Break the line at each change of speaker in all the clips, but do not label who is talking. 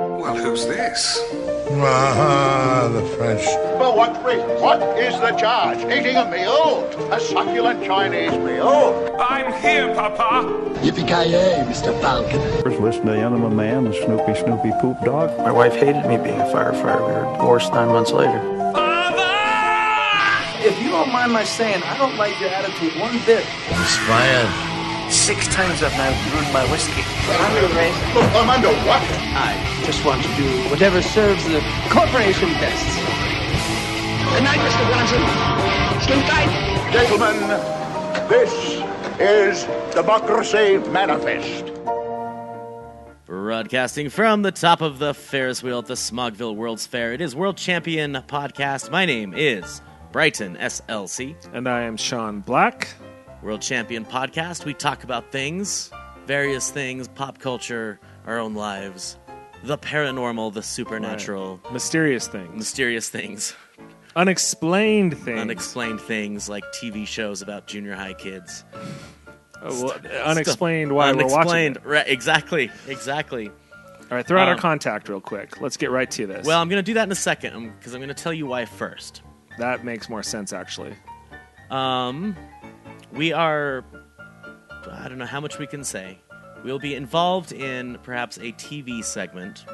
is this?
Ah, the French.
For what reason? What is the charge? Eating a meal? A succulent Chinese meal?
I'm here, Papa.
Yippee-ki-yay, Mr. Falcon.
First, listen to the Enema Man, the Snoopy Snoopy Poop Dog.
My wife hated me being a firefighter. We were divorced nine months later.
Father!
If you don't mind my saying, I don't like your attitude one bit.
Inspired.
Six times I've now ruined my whiskey.
I'm under Look, I'm under what?
I just want to do whatever serves the corporation best. Good night, Mr. Bronson. Sleep tight.
Gentlemen, this is Democracy Manifest.
Broadcasting from the top of the Ferris wheel at the Smogville World's Fair, it is World Champion Podcast. My name is Brighton SLC.
And I am Sean Black.
World Champion Podcast. We talk about things, various things, pop culture, our own lives, the paranormal, the supernatural,
Mysterious things.
mysterious things,
Unexplained things.
unexplained things like TV shows about junior high kids.
Uh, well, unexplained why we're watching.
Unexplained.
it.
Right, exactly. Exactly.
All right, throw out
Um,
our contact real quick. Let's get right to this.
Well, I'm going to do that in a second because I'm going to tell you why first.
that makes more sense actually.
Um, we are. I don't know how much we can say. We'll be involved in perhaps a TV segment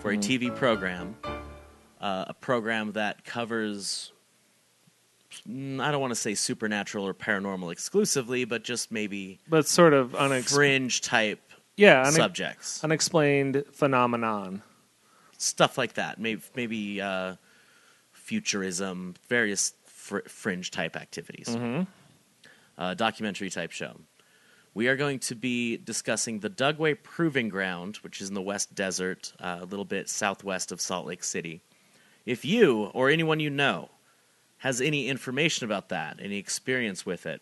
for a TV program, uh, a program that covers. mm, I don't want to say supernatural or paranormal exclusively, but just maybe
But sort of unexplained.
fringe type
Yeah, une-
subjects,
unexplained phenomenon.
stuff like that. Maybe maybe uh, futurism, various fr- fringe type activities. uh, documentary type show. We are going to be discussing the Dugway Proving Ground, which is in the West Desert, uh, a little bit southwest of Salt Lake City. If you or anyone you know has any information about that, any experience with it,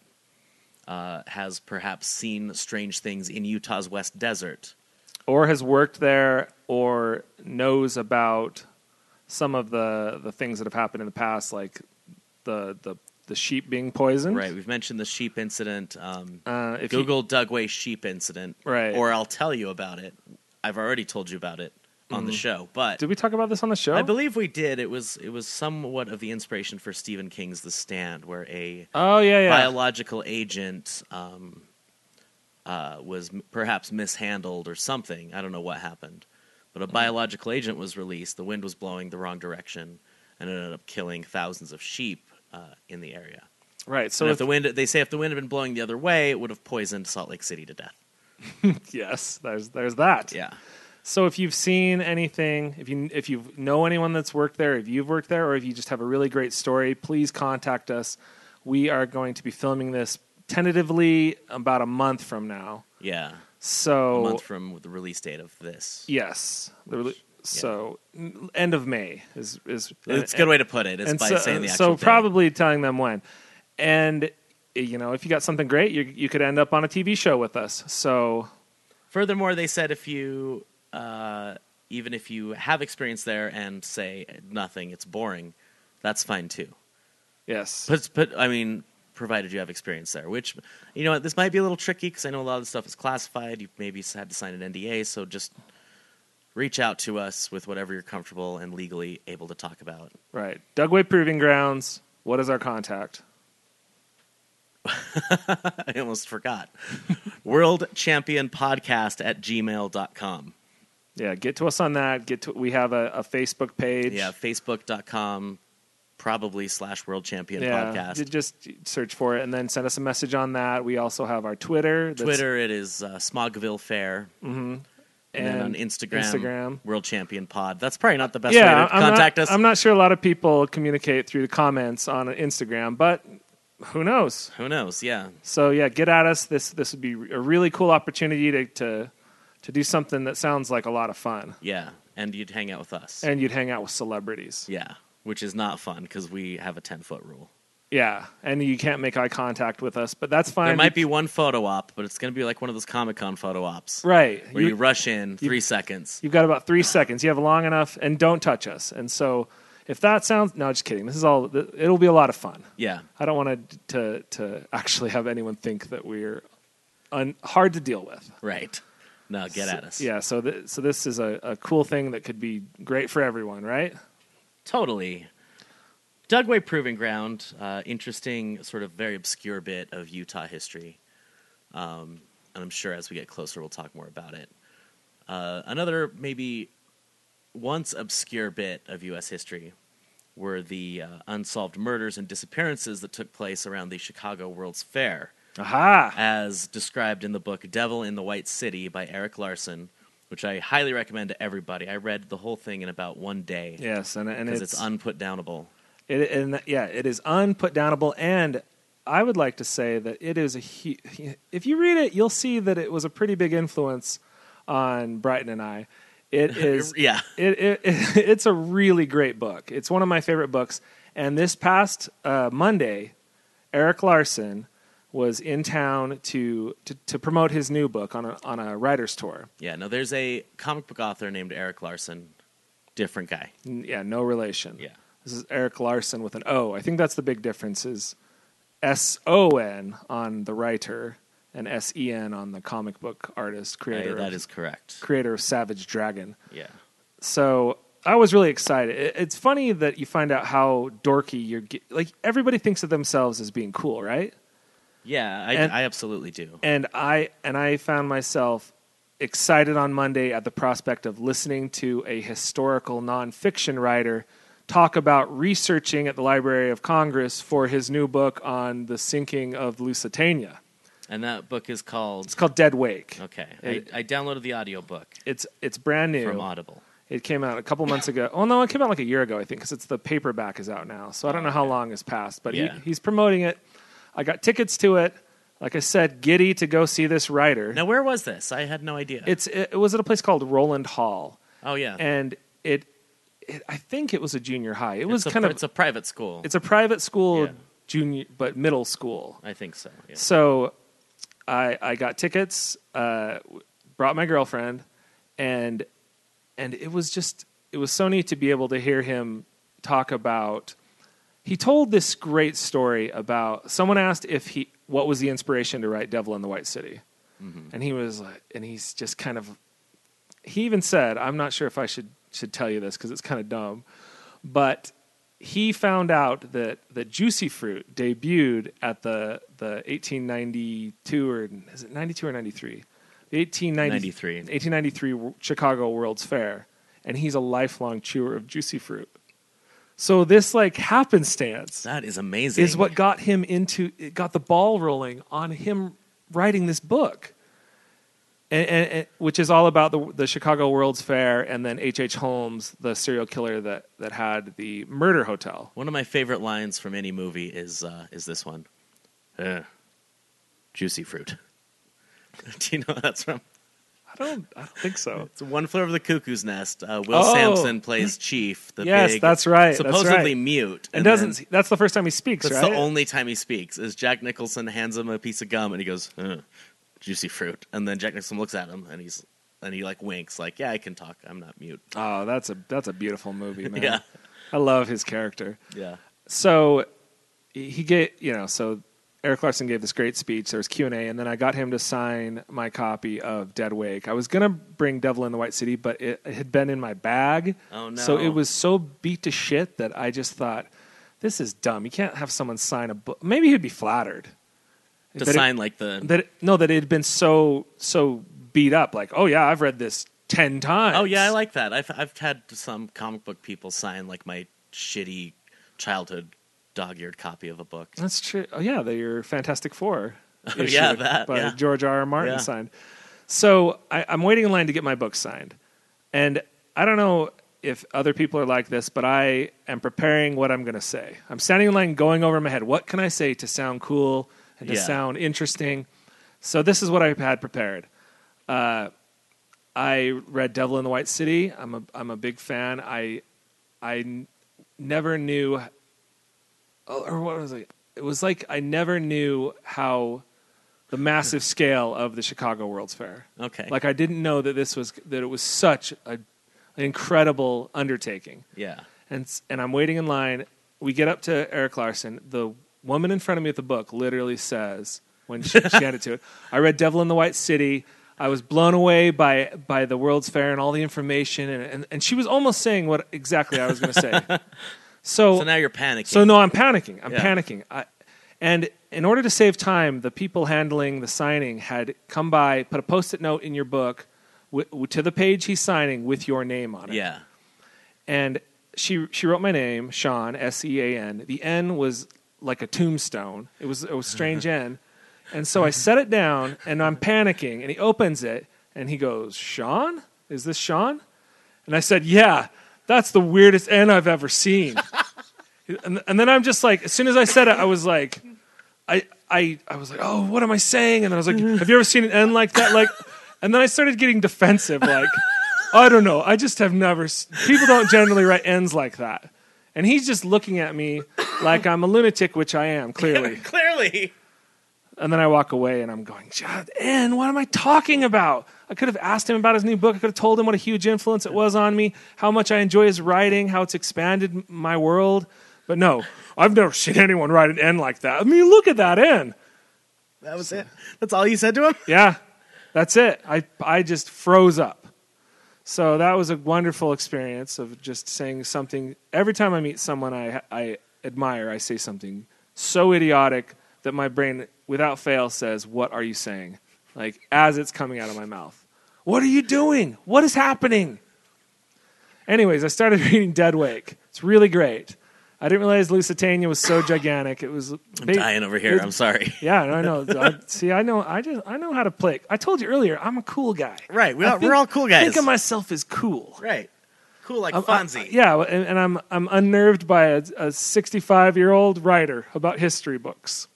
uh, has perhaps seen strange things in Utah's West Desert,
Or has worked there or knows about some of the, the things that have happened in the past, like the the, the sheep being poisoned.
right? We've mentioned the sheep incident. Um,
Uh, if you-
Google Dugway sheep incident,
Right.
Or I'll tell you about it. I've already told you about it on the show, but
did Mm-hmm. we talk about this on the show?
I believe we did. It was it was somewhat of the inspiration for Stephen King's The Stand, where a
Oh yeah, yeah.
biological agent um, uh, was m- perhaps mishandled or something. I don't know what happened, but
Mm-hmm.
a biological agent was released. The wind was blowing the wrong direction, and it ended up killing thousands of sheep uh, in the area.
right.
So
So
and if
if-
the wind, they say, if the wind had been blowing the other way, it would have poisoned Salt Lake City to death.
yes, there's there's that.
Yeah.
So if you've seen anything, if you if you know anyone that's worked there, if you've worked there, or if you just have a really great story, please contact us. We are going to be filming this tentatively about a month from now.
Yeah, a
So
month from the release date of this.
yes, the rele- so n- end of May is is
It's a good way to put it. It's
and
by
so,
saying the actual
so
date.
probably telling them when, and you know if you got something great, you you could end up on a TV show with us. So
Furthermore, they said if you, uh, even if you have experience there and say nothing, it's boring, that's fine too.
yes,
But, but I mean, provided you have experience there, which, you know, what, this might be a little tricky because I know a lot of the stuff is classified. You've maybe had to sign an NDA, so just reach out to us with whatever you're comfortable and legally able to talk about.
Right. Dugway Proving Grounds. What is our contact?
I almost forgot. World Champion Podcast at gmail.com.
Yeah, get to us on that. Get to we have a, a Facebook page.
Yeah, facebook.com, probably slash World Champion
Yeah,
Podcast.
ju- Just search for it and then send us a message on that. We also have our Twitter. that's-
Twitter, it is uh, Smogville Fair. And, then on
and
Instagram,
Instagram.
World Champion Pod. That's probably not the best
Yeah,
way to
I'm
contact
not,
us.
I'm not sure a lot of people communicate through the comments on Instagram, but who knows?
Who knows? Yeah.
So yeah, get at us. This this would be a really cool opportunity to to, to do something that sounds like a lot of fun,
Yeah. And you'd hang out with us.
and you'd hang out with celebrities.
yeah. Which is not fun because we have a 10 foot rule.
Yeah, and you can't make eye contact with us, but that's fine.
There might be one photo op, but it's going to be like one of those Comic Con photo ops
Right.
where you, rush in three seconds.
You've got about three seconds. You have long enough, and don't touch us. And so, if that sounds no, just kidding. This is all. th- It'll be a lot of fun.
Yeah.
I don't want to to to actually have anyone think that we're un, hard to deal with.
Right. No, get at us.
Yeah, so th- so this is a, a cool thing that could be great for everyone, right?
Totally. Dugway Proving Ground, uh, interesting, sort of very obscure bit of Utah history. Um, and I'm sure as we get closer, we'll talk more about it. Uh, another, maybe once obscure bit of U.S. history were the uh, unsolved murders and disappearances that took place around the Chicago World's Fair,
Ah. Aha!
as described in the book Devil in the White City by Eric Larson, which I highly recommend to everybody. I read the whole thing in about one day
Yes, and and
because
it's,
it's, unputdownable.
it, and that- yeah, it is unputdownable, and I would like to say that it is a. Hu- if you read it, you'll see that it was a pretty big influence on Brighton and I. It is
Yeah.
It, it, it's a really great book. It's one of my favorite books. And this past uh, Monday, Eric Larson was in town to, to to promote his new book on a on a writer's tour.
Yeah, no, there's a comic book author named Eric Larson, different guy.
N- Yeah, no relation.
Yeah.
This is Eric Larson with an O. I think that's the big difference is S O N on the writer and S E N on the comic book artist creator.
Hey, that
of-
is correct.
creator of Savage Dragon.
Yeah.
So I was really excited. It- It's funny that you find out how dorky you're ge- like everybody thinks of themselves as being cool, right?
Yeah, I,
And-
I absolutely do.
And I and I found myself excited on Monday at the prospect of listening to a historical nonfiction writer talk about researching at the Library of Congress for his new book on the sinking of Lusitania.
And that book is
It's
called.
called Dead Wake.
Okay. I,
It-
I downloaded the audiobook
It's it's brand new.
from uh, Audible.
It came out a couple months ago. Oh no, it came out like a year ago, I think, because it's the paperback is out now. So I don't know how long has passed, but
Yeah.
he, he's promoting it. I got tickets to it. Like I said, giddy to go see this writer.
Now, where was this? I had no idea.
It's it, it was at a place called Roland Hall,
oh, yeah.
and it, it I think it was a junior high. It was
it's a,
kind
pri-
of
It's a private school.
it's a private school
Yeah.
junior, but middle school.
I think so. Yeah.
So I I got tickets, uh, w- brought my girlfriend, and and it was just it was so neat to be able to hear him talk about. He told this great story about someone asked if he what was the inspiration to write Devil in the White City, and he was like, and he's just kind of. He even said, "I'm not sure if I should should tell you this because it's kind of dumb," but he found out that that Juicy Fruit debuted at the the 1892 or is it 92 or 93? The 1893
93.
1893 Chicago World's Fair, and he's a lifelong chewer of Juicy Fruit. So this like happenstance
That is amazing.
is what got him into it got the ball rolling on him writing this book and, and, and- which is all about the, the chicago world's fair and then h.h H. holmes the serial killer that, that had the murder hotel
One of my favorite lines from any movie is uh, is this one. Uh, juicy fruit. do you know what that's from?
i don't i don't think so
It's One Flew Over the Cuckoo's Nest. Uh, Will
Oh.
Sampson plays Chief. The
Yes,
big,
that's right, that's
Supposedly
right.
mute,
and doesn't
then-
that's the first time he speaks
that's
right
the only time he speaks. Is Jack Nicholson hands him a piece of gum and he goes, "Huh, "Juicy fruit," and then Jack Nicholson looks at him and he's and he like winks, like, "Yeah, I can talk. I'm not mute."
oh that's a that's a beautiful movie man
Yeah.
i love his character
Yeah,
so he gave you know so eric larson gave this great speech there was q&a and then i got him to sign my copy of dead wake i was going to bring devil in the white city but it, it had been in my bag
Oh, no.
so it was so beat to shit that i just thought this is dumb you can't have someone sign a book maybe he'd be flattered
to
That it-
sign like the
that it, no that it had been so so beat up like oh yeah i've read this 10 times
Oh yeah, I like that. I've I've had some comic book people sign like my shitty childhood dog-eared copy of a book.
That's true. Oh yeah, the your Fantastic Four.
yeah,
issue
that,
by
yeah.
George R. R. Martin
Yeah.
signed. So I, I'm waiting in line to get my book signed, and I don't know if other people are like this, but I am preparing what I'm going to say. I'm standing in line, going over in my head. What can I say to sound cool and to
Yeah.
sound interesting? So this is what I had prepared. Uh, I read Devil in the White City. I'm a I'm a big fan. I I n- never knew oh, or what was it? It was like I never knew how the massive scale of the Chicago World's Fair.
Okay.
Like I didn't know that this was that it was such a, an incredible undertaking.
yeah.
And s- and I'm waiting in line. We get up to Eric Larson. The woman in front of me with the book literally says when she, she handed it to it, I read Devil in the White City. I was blown away by by the World's Fair and all the information, and and, and she was almost saying what exactly I was going to say. so,
So now you're panicking.
so no, I'm panicking. I'm
Yeah.
panicking. I, and in order to save time, the people handling the signing had come by, put a post-it note in your book wi- wi- to the page he's signing with your name on it.
yeah.
And she she wrote my name, Sean S E A N. The N was like a tombstone. It was it was strange N. And so I set it down, and I'm panicking. And he opens it, and he goes, "Sean, is this Sean?" And I said, "Yeah, that's the weirdest N I've ever seen." and, and then I'm just like, as soon as I said it, I was like, I, I, I was like, oh, what am I saying? And then I was like, have you ever seen an end like that? Like, and then I started getting defensive. Like, I don't know. I just have never. s- People don't generally write ends like that. And he's just looking at me like I'm a lunatic, which I am clearly.
Clearly.
And then I walk away and I'm going, God, N, what am I talking about? I could have asked him about his new book. I could have told him what a huge influence it was on me, how much I enjoy his writing, how it's expanded m- my world. But no, I've never seen anyone write an N like that. I mean, look at that N.
That was it. That's all you said to him?
Yeah, that's it. I, I just froze up. So that was a wonderful experience of just saying something. Every time I meet someone I, I admire, I say something so idiotic that my brain, without fail, says, What are you saying? Like, as it's coming out of my mouth. What are you doing? What is happening? Anyways, I started reading Dead Wake. It's really great. I didn't realize Lusitania was so gigantic. It was
I'm dying over here. I'm sorry.
yeah, no, I know. I, see, I know. I just I know how to play. I told you earlier, I'm a cool guy.
Right. We're,
I
all
think-
we're all cool guys.
Think of myself as cool.
right. Cool like
I'm- I-
Fonzie.
yeah, and, and I'm I'm unnerved by a, a 65 year old writer about history books.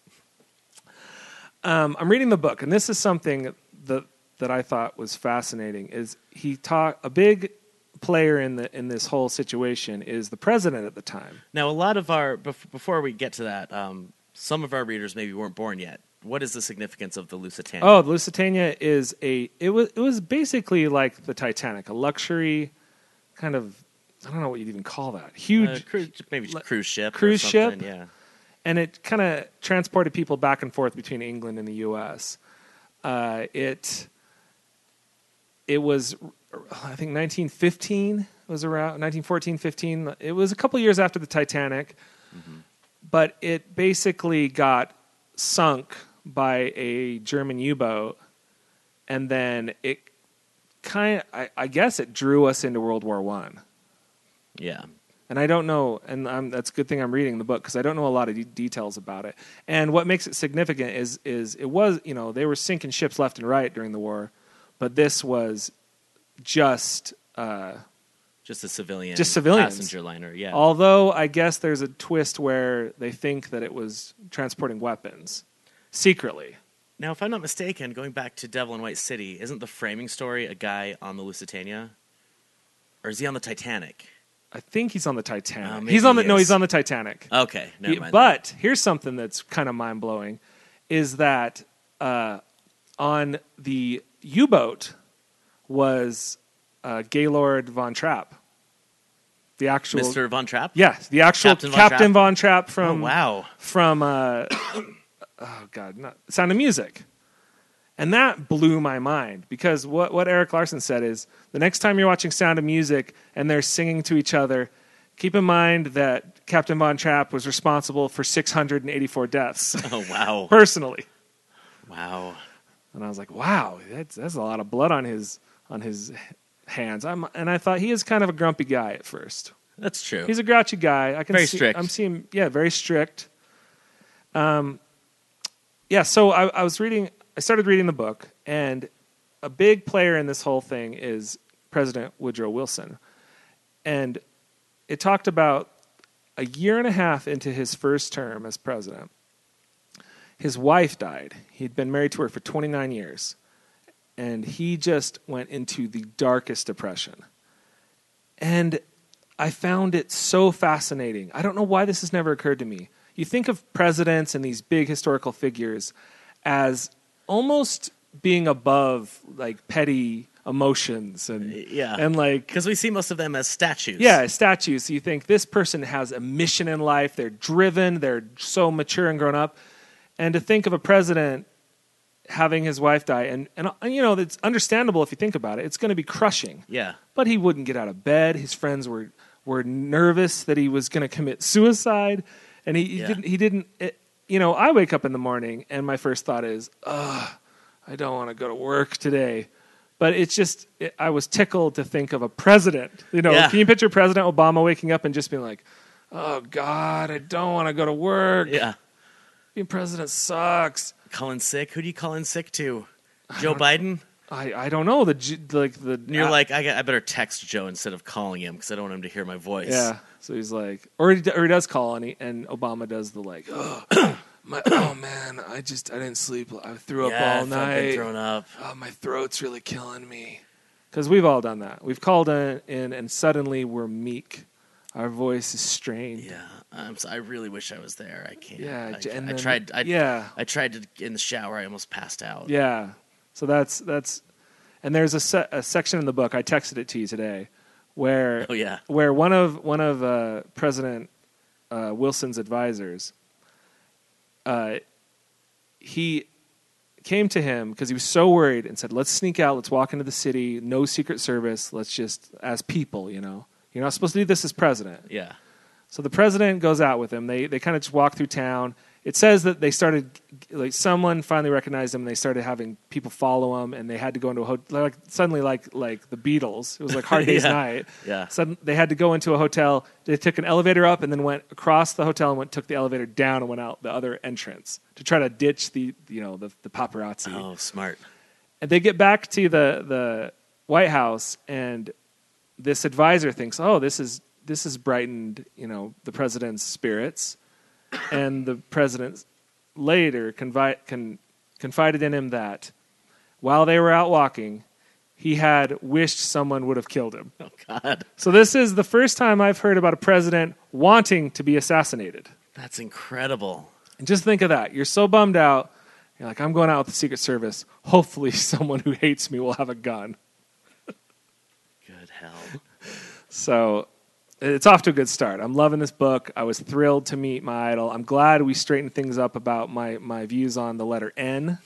Um, I'm reading the book, and this is something that that I thought was fascinating. Is he talk a big player in the in this whole situation is the president at the time.
Now, a lot of our, bef- before we get to that, um, some of our readers maybe weren't born yet. What is the significance of the Lusitania?
Oh, the Lusitania is a it was it was basically like the Titanic, a luxury kind of I don't know what you'd even call that. Oh, Huge
Uh, cru- maybe
like-
cruise ship. or
cruise ship?
something, Yeah.
and it kind of transported people back and forth between England and the U.S. Uh, it it was I think 1915 was around 1914 15. It was a couple years after the Titanic, but it basically got sunk by a German U-boat, and then it kind of I, I guess it drew us into World War One
Yeah.
and I don't know, and I'm, that's a good thing I'm reading the book because I don't know a lot of de- details about it. And what makes it significant is is it was you know they were sinking ships left and right during the war, but this was just uh,
Just a civilian.
Just civilians.
Passenger liner. Yeah.
although I guess there's a twist where they think that it was transporting weapons secretly.
now, if I'm not mistaken, going back to Devil in White City, isn't the framing story a guy on the Lusitania? Or is he on the Titanic?
I think he's on the Titanic.
Oh, maybe
he's on the
he
no,
is.
he's on the Titanic.
Okay. Never
Ye-
mind.
But here's something that's kind of mind blowing is that uh, on the U boat was uh, Gaylord Von Trapp. The actual.
Mr. Von Trapp?
Yes, the actual
Captain
Captain
Von Trapp? Oh,
Von, Trapp from.
wow.
From, uh, oh God, not, Sound of Music. And that blew my mind because what, what Eric Larson said is the next time you're watching Sound of Music and they're singing to each other, keep in mind that Captain Von Trapp was responsible for 684 deaths
Oh, wow.
personally.
wow.
And I was like, wow, that's, that's a lot of blood on his, on his hands. I'm, and I thought he is kind of a grumpy guy at first.
That's true.
He's a grouchy guy. I can
Very
see,
strict.
I'm seeing, yeah, very strict. Um, yeah. So I, I was reading. I started reading the book, and a big player in this whole thing is President Woodrow Wilson, and it talked about a year and a half into his first term as president. His wife died. He'd been married to her for 29 years. And he just went into the darkest depression. And I found it so fascinating. I don't know why this has never occurred to me. You think of presidents and these big historical figures as almost being above like petty emotions and
Yeah.
and like
Because we see most of them as statues.
yeah, statues. So you think this person has a mission in life. They're driven. They're so mature and grown up. And to think of a president having his wife die, and and uh, you know it's understandable if you think about it. It's going to be crushing.
Yeah.
But he wouldn't get out of bed. His friends were were nervous that he was going to commit suicide, and he, he
Yeah.
didn't. He didn't. It, you know, I wake up in the morning, and my first thought is, "Ugh, I don't want to go to work today." But it's just, it, I was tickled to think of a president. You know,
Yeah.
can you picture President Obama waking up and just being like, "Oh God, I don't want to go to work.
Yeah.
Being president sucks."
Calling sick? Who do you call in sick to?
Uh-huh.
Joe Biden?
I, I don't know the G- like the
And you're like, I, got, I better text Joe instead of calling him because I don't want him to hear my voice.
Yeah. So he's like, or he, or he does call, and he, and Obama does the like, oh, my, oh man, I just I didn't sleep. I threw
Yeah,
up all
if I've been
night.
thrown up.
Oh, my throat's really killing me. Because we've all done that. We've called in, in, and suddenly we're meek. Our voice is strained.
Yeah, I'm so, I really wish I was there. I can't.
Yeah,
I,
j- and
I
then-
tried. I,
yeah.
I tried to in the shower. I almost passed out.
Yeah. So that's that's, and there's a, se- a section in the book I texted it to you today, where
Oh, yeah.
where one of one of uh, President uh, Wilson's advisors, uh, he came to him because he was so worried and said, "Let's sneak out. Let's walk into the city. No Secret Service. Let's just as people. You know, you're not supposed to do this as president."
yeah,
So the president goes out with him. They they kind of just walk through town. It says that they started like someone finally recognized them. and They started having people follow them, and they had to go into a hotel. Like suddenly, like like the Beatles, it was like Hard Day's
Yeah.
Night.
Yeah.
Sudden, they had to go into a hotel. They took an elevator up and then went across the hotel and went took the elevator down and went out the other entrance to try to ditch the you know the, the paparazzi.
Oh, smart.
And they get back to the the White House, and this advisor thinks, "Oh, this is this has brightened, you know, the president's spirits." and the president later confi- con- confided in him that while they were out walking, he had wished someone would have killed him.
Oh God,
So this is the first time I've heard about a president wanting to be assassinated.
that's incredible.
And just think of that. You're so bummed out. You're like, I'm going out with the Secret Service. Hopefully, someone who hates me will have a gun.
Good hell.
So it's off to a good start. I'm loving this book. I was thrilled to meet my idol. I'm glad we straightened things up about my, my views on the letter N.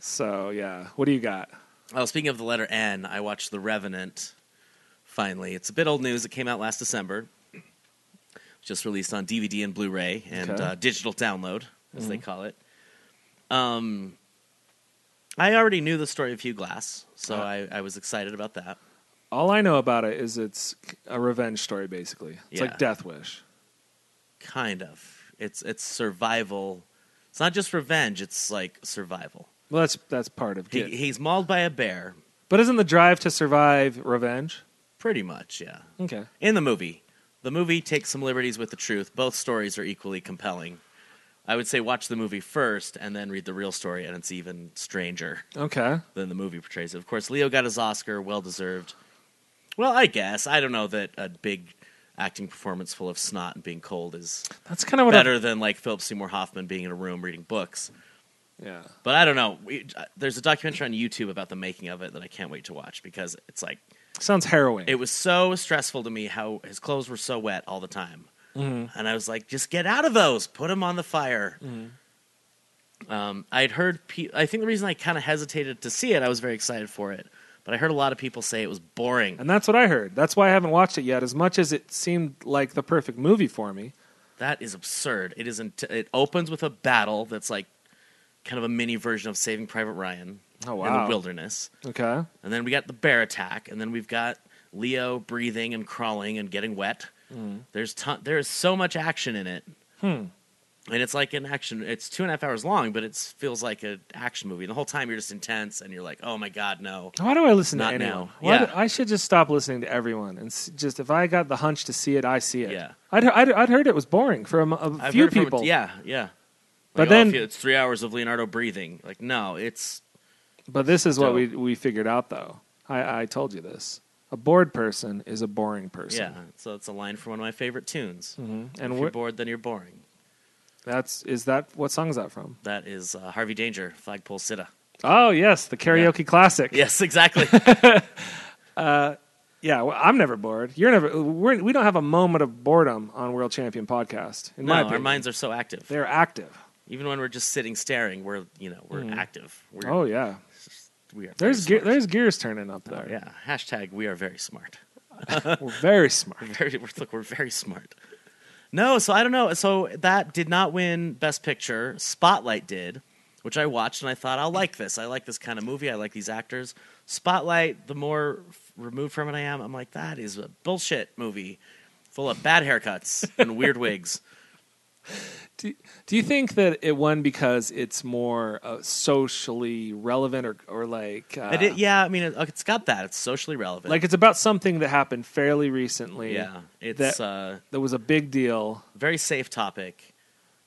so, yeah. What do you got?
Oh, speaking of the letter N, I watched The Revenant. Finally, it's a bit old news. It came out last December. Just released on DVD and Blu-ray and
Okay.
uh, digital download, as they call it. Um, I already knew the story of Hugh Glass, so I, I was excited about that.
All I know about it is it's a revenge story, basically. It's
Yeah.
like Death Wish.
Kind of. It's it's survival. It's not just revenge. It's like survival.
Well, that's, that's part of
He,
it.
He's mauled by a bear,
But isn't the drive to survive revenge?
pretty much. Yeah.
Okay.
in the movie. The movie takes some liberties with the truth. Both stories are equally compelling. I would say watch the movie first and then read the real story, and it's even stranger
Okay.
than the movie portrays it. Of course, Leo got his Oscar, well deserved. Well, I guess. I don't know that a big acting performance full of snot and being cold is
That's kind of what I-
better than like Philip Seymour Hoffman being in a room reading books.
Yeah.
But I don't know. We, uh, there's a documentary on YouTube about the making of it that I can't wait to watch because it's like
Sounds harrowing.
it was so stressful to me how his clothes were so wet all the time
Mm-hmm.
and i was like just get out of those put them on the fire
Mm-hmm.
um, i'd heard pe- i think the reason i kind of hesitated to see it i was very excited for it but i heard a lot of people say it was boring
and that's what I heard. That's why I haven't watched it yet. As much as it seemed like the perfect movie for me,
that is absurd it isn't it opens with a battle that's like kind of a mini version of saving private ryan
Oh,
in the
wow.
wilderness
Okay.
and then we got the bear attack, and then we've got Leo breathing and crawling and getting wet.
Mm-hmm.
There's ton- there is so much action in it,
Hmm.
and it's like an action. It's two and a half hours long, but it feels like an action movie. The whole time you're just intense, and you're like, "Oh my god, no!"
Why do I listen
Not
to anyone?
now.
Why
Yeah.
do- I should just stop listening to everyone and s- just if I got the hunch to see it, I see it.
Yeah.
I'd, I'd, I'd heard it was boring for a, m- a
I've
few
heard from-
people.
yeah, yeah. Like,
But
oh,
then-
if you- it's three hours of Leonardo breathing. Like, no, it's
But this is what
So-
we we figured out though. I, I told you this. A bored person is a boring person.
yeah. So it's a line from one of my favorite tunes.
And
If you're
Mm-hmm. what
bored, then you're boring.
that's is that what song is that from?
That is uh, Harvey Danger, Flagpole Sitta.
Oh yes, the karaoke classic.
Yes, exactly.
Yeah, well, I'm never bored. You're never. We're, we don't have a moment of boredom on World Champion Podcast. In
no,
my
our
opinion,
minds are so active.
they're active.
Even when we're just sitting staring, we're you know we're active. We're,
Hmm. Oh yeah,
we are.
there's
very
ge-
smart.
there's gears turning up there.
yeah. Hashtag we are very smart.
We're very smart.
Very, we're, look, we're very smart. No, so I don't know. So that did not win Best Picture. Spotlight did, which I watched and I thought, I'll like this. I like this kind of movie. I like these actors. Spotlight, the more f- removed from it I am, I'm like, that is a bullshit movie full of bad haircuts and weird wigs.
Do, do you think that it won because it's more uh, socially relevant or or like uh,
But it, yeah, I mean, it, it's got that. It's socially relevant.
like it's about something that happened fairly recently?
yeah, it's
that-
uh,
that was a big deal.
very safe topic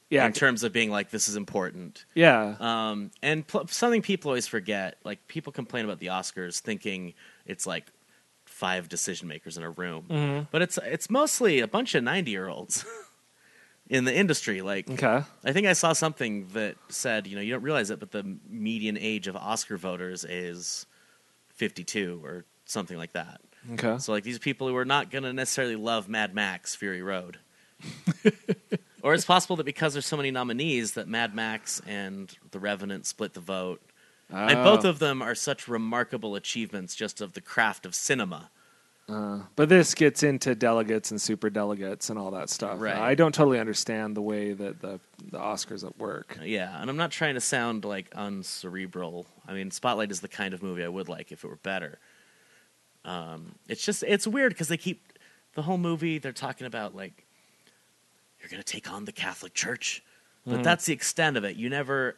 Yeah,
in terms of being like, this is important.
yeah.
Um, and pl- something people always forget, like people complain about the Oscars, thinking it's like five decision makers in a room, but it's it's mostly a bunch of ninety year olds in the industry. Like,
okay.
I think I saw something that said, you know, you don't realize it, but the median age of Oscar voters is fifty two or something like that.
Okay.
So like these people who are not going to necessarily love Mad Max Fury Road. or it's possible that because there's so many nominees that Mad Max and The Revenant split the vote. And both of them are such remarkable achievements just of the craft of cinema.
But this gets into delegates and super delegates and all that stuff.
Right.
I don't totally understand the way that the, the Oscars at work.
Yeah, and I'm not trying to sound like uncerebral. I mean, Spotlight is the kind of movie I would like if it were better. Um, it's just it's weird because they keep the whole movie they're talking about like you're gonna take on the Catholic Church, but
Mm-hmm.
that's the extent of it. You never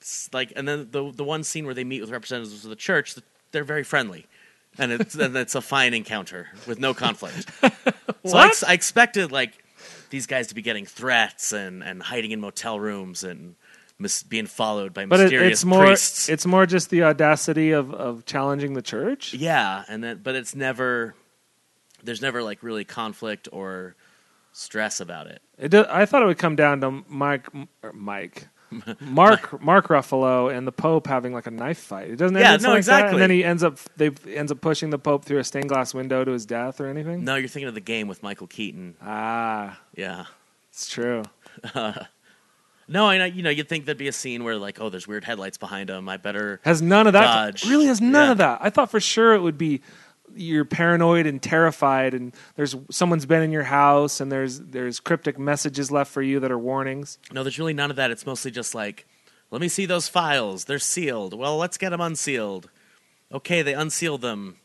s- like, and then the the one scene where they meet with representatives of the church, they're very friendly. And it's and it's a fine encounter with no conflict. So I, ex- I expected like these guys to be getting threats and, and hiding in motel rooms and mis- being followed by
But it,
mysterious
it's more
priests.
it's more just the audacity of, of challenging the church.
yeah, and then but it's never there's never like really conflict or stress about it.
It do, I thought it would come down to Mike or Mike Mark Mark Ruffalo and the Pope having like a knife fight. It doesn't end
Yeah,
in
no,
something like that,
exactly.
and then he ends up they ends up pushing the Pope through a stained glass window to his death or anything.
No, you're thinking of the game with Michael Keaton.
Ah,
Yeah.
it's true.
No, I know you know you'd think there'd be a scene where like oh there's weird headlights behind him. I better
Has none of that.
Dodge.
Really has none
Yeah.
of that. I thought for sure it would be you're paranoid and terrified and there's someone's been in your house and there's there's cryptic messages left for you that are warnings.
No, there's really none of that. It's mostly just like, let me see those files. They're sealed. Well, let's get them unsealed. Okay, they unsealed them.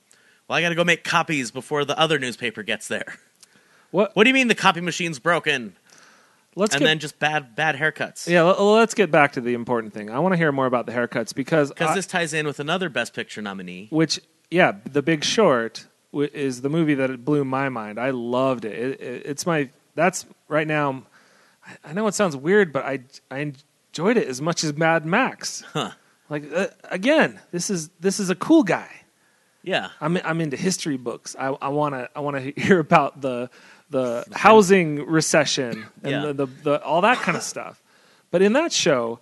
Well, I got to go make copies before the other newspaper gets there.
What
What do you mean the copy machine's broken?
let's
and
get,
then just bad bad haircuts.
Yeah, let- let's get back to the important thing. I want to hear more about the haircuts because
Because
I-
this ties in with another Best Picture nominee.
which yeah, The Big Short w- is the movie that it blew my mind. I loved it. It, it. It's my that's right now. I- I know it sounds weird, but I I enjoyed it as much as Mad Max.
Huh.
Like uh, again, this is this is a cool guy.
Yeah.
I'm I'm into history books. I I want to I want to hear about the the housing recession and
Yeah.
the, the the all that kind of stuff. But in that show,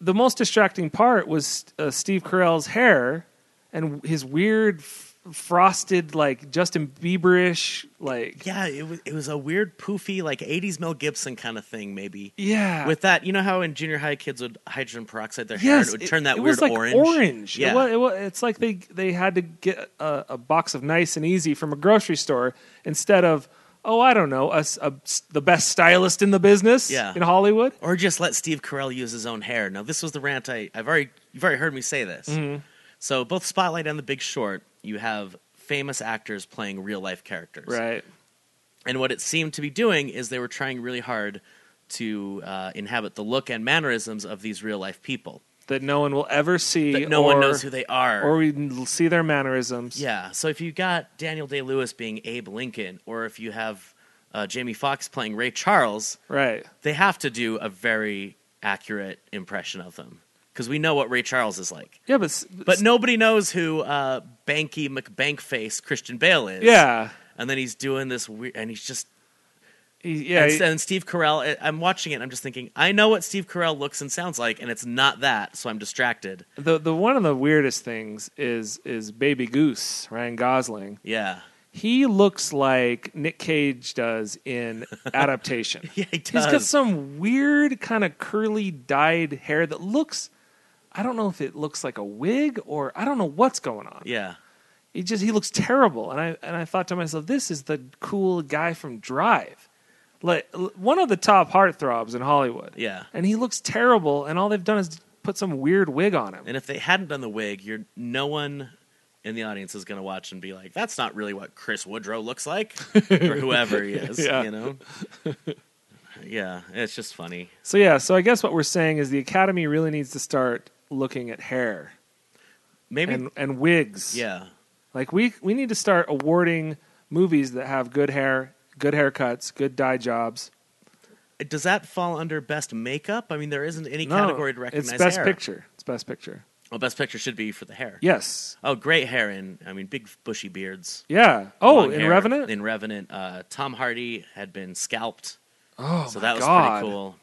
the most distracting part was uh, Steve Carell's hair and his weird f- frosted like Justin Bieberish like
Yeah, it was, it was a weird, poofy, like 80s Mel Gibson kind of thing, maybe.
yeah
With that, you know how in junior high kids would hydrogen peroxide their hair and
yes
it would turn that
it
weird
was like
orange?
orange
Yeah.
it wa- it wa- it's like they they had to get a, a box of nice and easy from a grocery store instead of oh I don't know a s- a s- the best stylist in the business
Yeah.
in Hollywood
or just let Steve Carell use his own hair. Now, this was the rant I, I've already you've already heard me say this.
Mm-hmm.
So both Spotlight and The Big Short, you have famous actors playing real life characters,
right
And what it seemed to be doing is they were trying really hard to uh, inhabit the look and mannerisms of these real life people
that no one will ever see
that no
or,
one knows who they are.
or we n- see their mannerisms
yeah. So if you got Daniel Day Lewis being Abe Lincoln, or if you have uh, Jamie Foxx playing Ray Charles,
right
they have to do a very accurate impression of them because we know what Ray Charles is like.
yeah but s-
But nobody knows who uh, Banky McBankface Christian Bale is.
yeah
And then he's doing this weird, and he's just.
He- yeah
and,
he-
and Steve Carell, I- I'm watching it, and I'm just thinking, I know what Steve Carell looks and sounds like, and it's not that, so I'm distracted.
the the one of the weirdest things is is Baby Goose Ryan Gosling
Yeah.
He looks like Nick Cage does in adaptation.
Yeah, he
He's got
does.
some weird kind of curly dyed hair that looks I don't know if it looks like a wig or I don't know what's going on.
Yeah.
He just he looks terrible and I and I thought to myself this is the cool guy from Drive. Like l- one of the top heartthrobs in Hollywood.
Yeah.
And he looks terrible and all they've done is put some weird wig on him.
And if they hadn't done the wig, you're no one in the audience is going to watch and be like, "That's not really what Chris Woodrow looks like," or whoever he is.
Yeah.
You know. yeah, it's just funny.
So yeah, so I guess what we're saying is the academy really needs to start looking at hair
Maybe.
and and wigs.
yeah.
Like we we need to start awarding movies that have good hair, good haircuts, good dye jobs.
Does that fall under best makeup? I mean, there isn't any
No,
category to recognize.
It's best
hair.
picture. It's best picture.
Well, best picture should be for the hair.
Yes.
Oh, great hair and I mean, big bushy beards.
Yeah. Oh,
long
in
hair.
Revenant.
In Revenant, uh, Tom Hardy had been scalped,
oh,
so
my
that was
God.
pretty cool.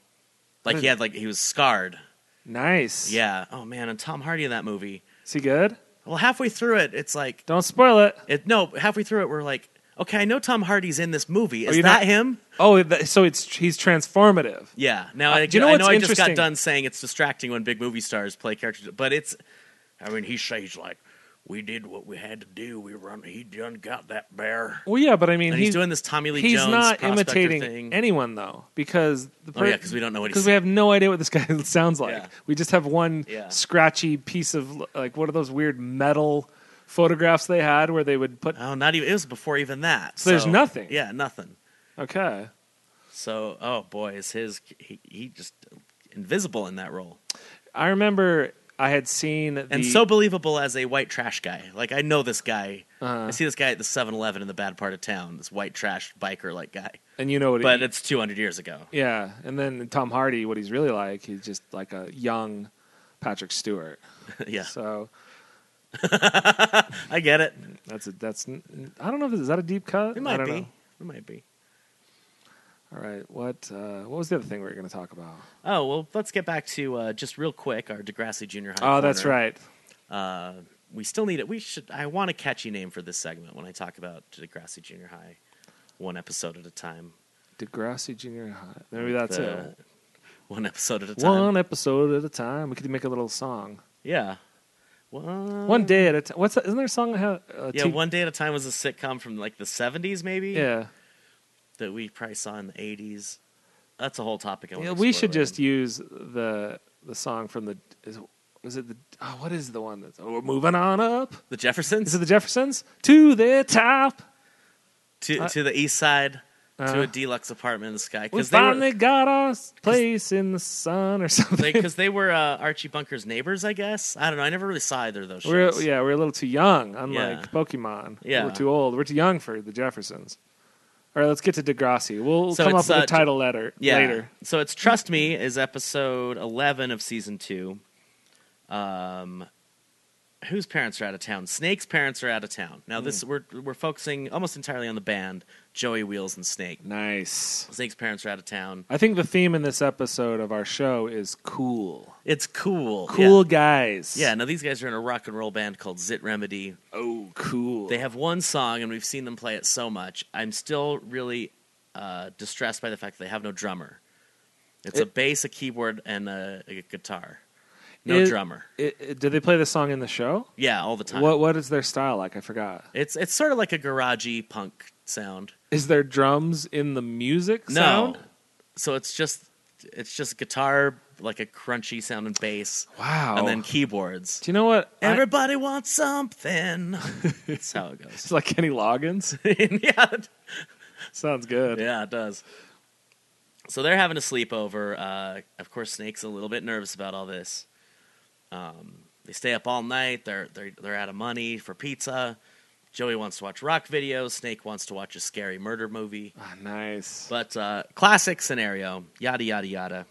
Like he had like he was scarred.
Nice.
Yeah. Oh man, and Tom Hardy in that movie.
Is he good?
Well, halfway through it, it's like
Don't spoil it.
it, no. Halfway through it, we're like, okay, I know Tom Hardy's in this movie. Is
you're
that
not-
him?
Oh, that, so it's he's transformative.
Yeah. Now
Uh,
I,
do you know
I
what's
know I just
interesting?
got done saying it's distracting when big movie stars play characters, but it's. I mean, he says like, "We did what we had to do. We run. He done got that bear."
Well, yeah, but I mean,
And he's doing this Tommy Lee
he's
Jones
not
prospector
imitating
thing.
anyone though, because the
Oh, yeah, 'cause we don't know what he
because we have no idea what this guy sounds like.
Yeah.
We just have one
Yeah.
scratchy piece of like what are those weird metal photographs they had where they would put.
Oh, not even. It was before even that.
So there's nothing.
Yeah, nothing.
Okay,
So, oh boy, is his he, he just invisible in that role
I remember I had seen the,
and so believable as a white trash guy. Like I know this guy.
Uh-huh.
I see this guy at the 7-Eleven in the bad part of town. This white trash biker like guy.
and you know what,
But
he,
it's two hundred years ago.
yeah, and then Tom Hardy, what he's really like, he's just like a young Patrick Stewart.
yeah,
So
I get it.
that's a, that's I don't know if is that a deep cut.
It
I
might
don't
be.
know.
It might be.
All right, what uh, what was the other thing we were going to talk about?
Oh well, let's get back to uh, just real quick our Degrassi Junior High.
Oh, that's
corner.
right.
Uh, we still need it. We should. I want a catchy name for this segment when I talk about Degrassi Junior High, one episode at a time.
Degrassi Junior High. Maybe that's
The-
it.
One episode at a time.
One episode at a time. We could make a little song.
Yeah. One.
One day at a time. What's that? Isn't there a song? that had- Uh,
Yeah,
two-
one day at a time was a sitcom from like the '70s, maybe.
Yeah.
That we probably saw in the '80s. That's a whole topic. I want
Yeah,
to
we
explore
should just
later.
use the the song from the. Is, was it the? Oh, what is the one that's? Oh, we're moving on up.
the
Is
Jeffersons
it the Jeffersons? To the top.
to to the east side to
Uh,
a deluxe apartment in the sky
we
because they were
finally got our place in the sun or something.
because they were uh, Archie Bunker's neighbors, I guess. I don't know. I never really saw either of those
we're
shows.
yeah, we're a little too young. Unlike
Yeah.
Pokemon,
Yeah.
we're too old. We're too young for the Jeffersons. All right, let's get to Degrassi. We'll
So
come up
it's,
with
uh,
a title letter
Yeah.
later.
So it's Trust Me is episode 11 of season 2. Um whose parents are out of town? Snake's parents are out of town. Now
Hmm.
this we're we're focusing almost entirely on the band Joey Wheels and Snake.
Nice.
Snake's parents are out of town.
I think the theme in this episode of our show is cool.
It's cool.
Cool guys.
Yeah. yeah, now these guys are in a rock and roll band called Zit Remedy.
Oh, cool.
They have one song, and we've seen them play it so much. I'm still really uh, distressed by the fact that they have no drummer. It's a
It-
bass, a keyboard, and a, a guitar. No
It-
drummer.
It, it- do they play the song in the show?
Yeah, all the time.
What What is their style like? I forgot.
It's it's sort of like a garagey punk sound.
Is there drums in the music sound?
No, so it's just it's just guitar, like a crunchy sound and bass,
Wow.
and then keyboards.
do you know what? I-
Everybody wants something. That's how it goes.
it's like Kenny Loggins.
yeah,
Sounds good.
Yeah, it does. So they're having a sleepover. Uh, of course, Snake's a little bit nervous about all this. Um, they stay up all night. They're they're they're out of money for pizza. Joey wants to watch rock videos. Snake wants to watch a scary murder movie.
Ah, nice.
But uh, classic scenario, yada yada yada.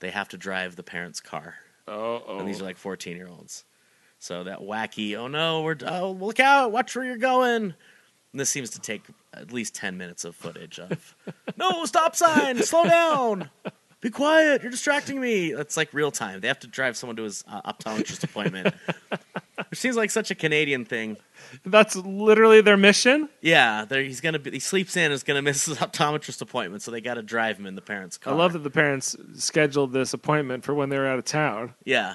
They have to drive the parents' car,
oh, oh.
and these are like fourteen year olds. So that wacky, oh no, we're oh look out, watch where you're going. And this seems to take at least ten minutes of footage of no stop sign, slow down, be quiet, you're distracting me. That's like real time. They have to drive someone to his uh, optometrist appointment. which seems like such a Canadian thing.
That's literally their mission.
Yeah, there he's gonna be, he sleeps in and is gonna miss his optometrist appointment, so they got to drive him in the parents' car.
I love that the parents scheduled this appointment for when they were out of town.
Yeah,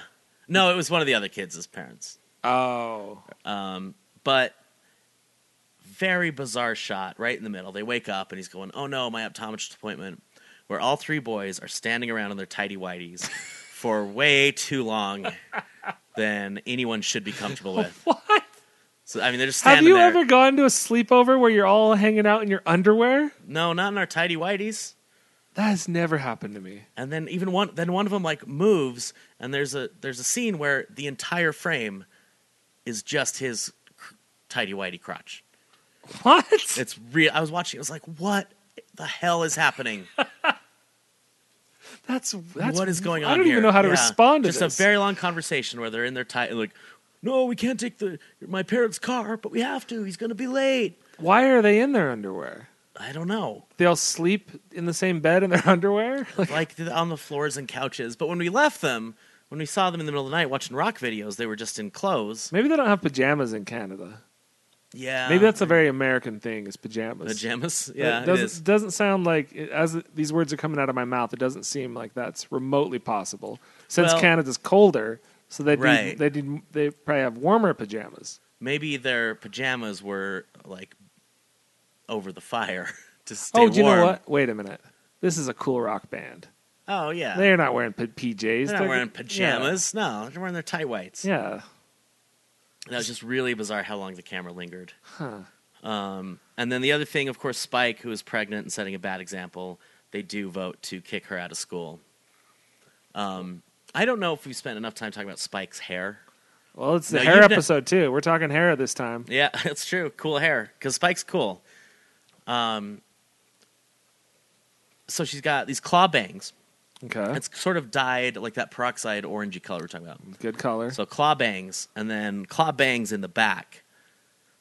no, it was one of the other kids' parents,
Oh,
but very bizarre shot right in the middle. They wake up and he's going, "Oh no, my optometrist appointment," where all three boys are standing around in their tidy whities for way too long than anyone should be comfortable with.
what?
So I mean, they're just
Have
standing
you
there.
ever gone to a sleepover where you're all hanging out in your underwear?
No, not in our tidy whities.
That has never happened to me.
and then even one then one of them like moves and there's a there's a scene where the entire frame is just his cr- tidy whitey crotch
What?
it's real i was watching it was like what the hell is happening
that's that's
what is going on
I don't
here?
even know how to
Yeah.
respond to
just
this.
a very long conversation where they're in their tight like no we can't take the my parents car but we have to he's gonna be late
Why are they in their underwear?
i don't know
They all sleep in the same bed in their underwear. Like,
like the, on the floors and couches but when we left them when we saw them in the middle of the night watching rock videos they were just in clothes
maybe they don't have pajamas in Canada.
yeah
Maybe that's a very American thing is pajamas.
Pajamas,
It
yeah, it
doesn't,
is.
doesn't sound like as these words are coming out of my mouth. It doesn't seem like that's remotely possible since
Well-
Canada's colder, so they
Right.
they they probably have warmer pajamas.
Maybe their pajamas were like over the fire to stay
Oh, do you
warm.
know what? Wait a minute. This is a cool rock band.
Oh yeah, they're,
They're not wearing p- PJs. They're
not wearing pajamas. No, they're wearing their tight whites.
Yeah. yeah.
That was just really bizarre how long the camera lingered.
Huh.
Um, and then the other thing, of course, Spike, who is pregnant and setting a bad example, they do vote to kick her out of school. Um, I don't know if we spent enough time talking about Spike's hair.
Well, it's the
No,
hair
you've ne-
episode too. We're talking hair this time.
Yeah, that's true. Cool hair because Spike's cool. Um, so she's got these claw bangs.
Okay.
It's sort of dyed like that peroxide orangey color we're talking about.
good color.
So claw bangs, and then claw bangs in the back.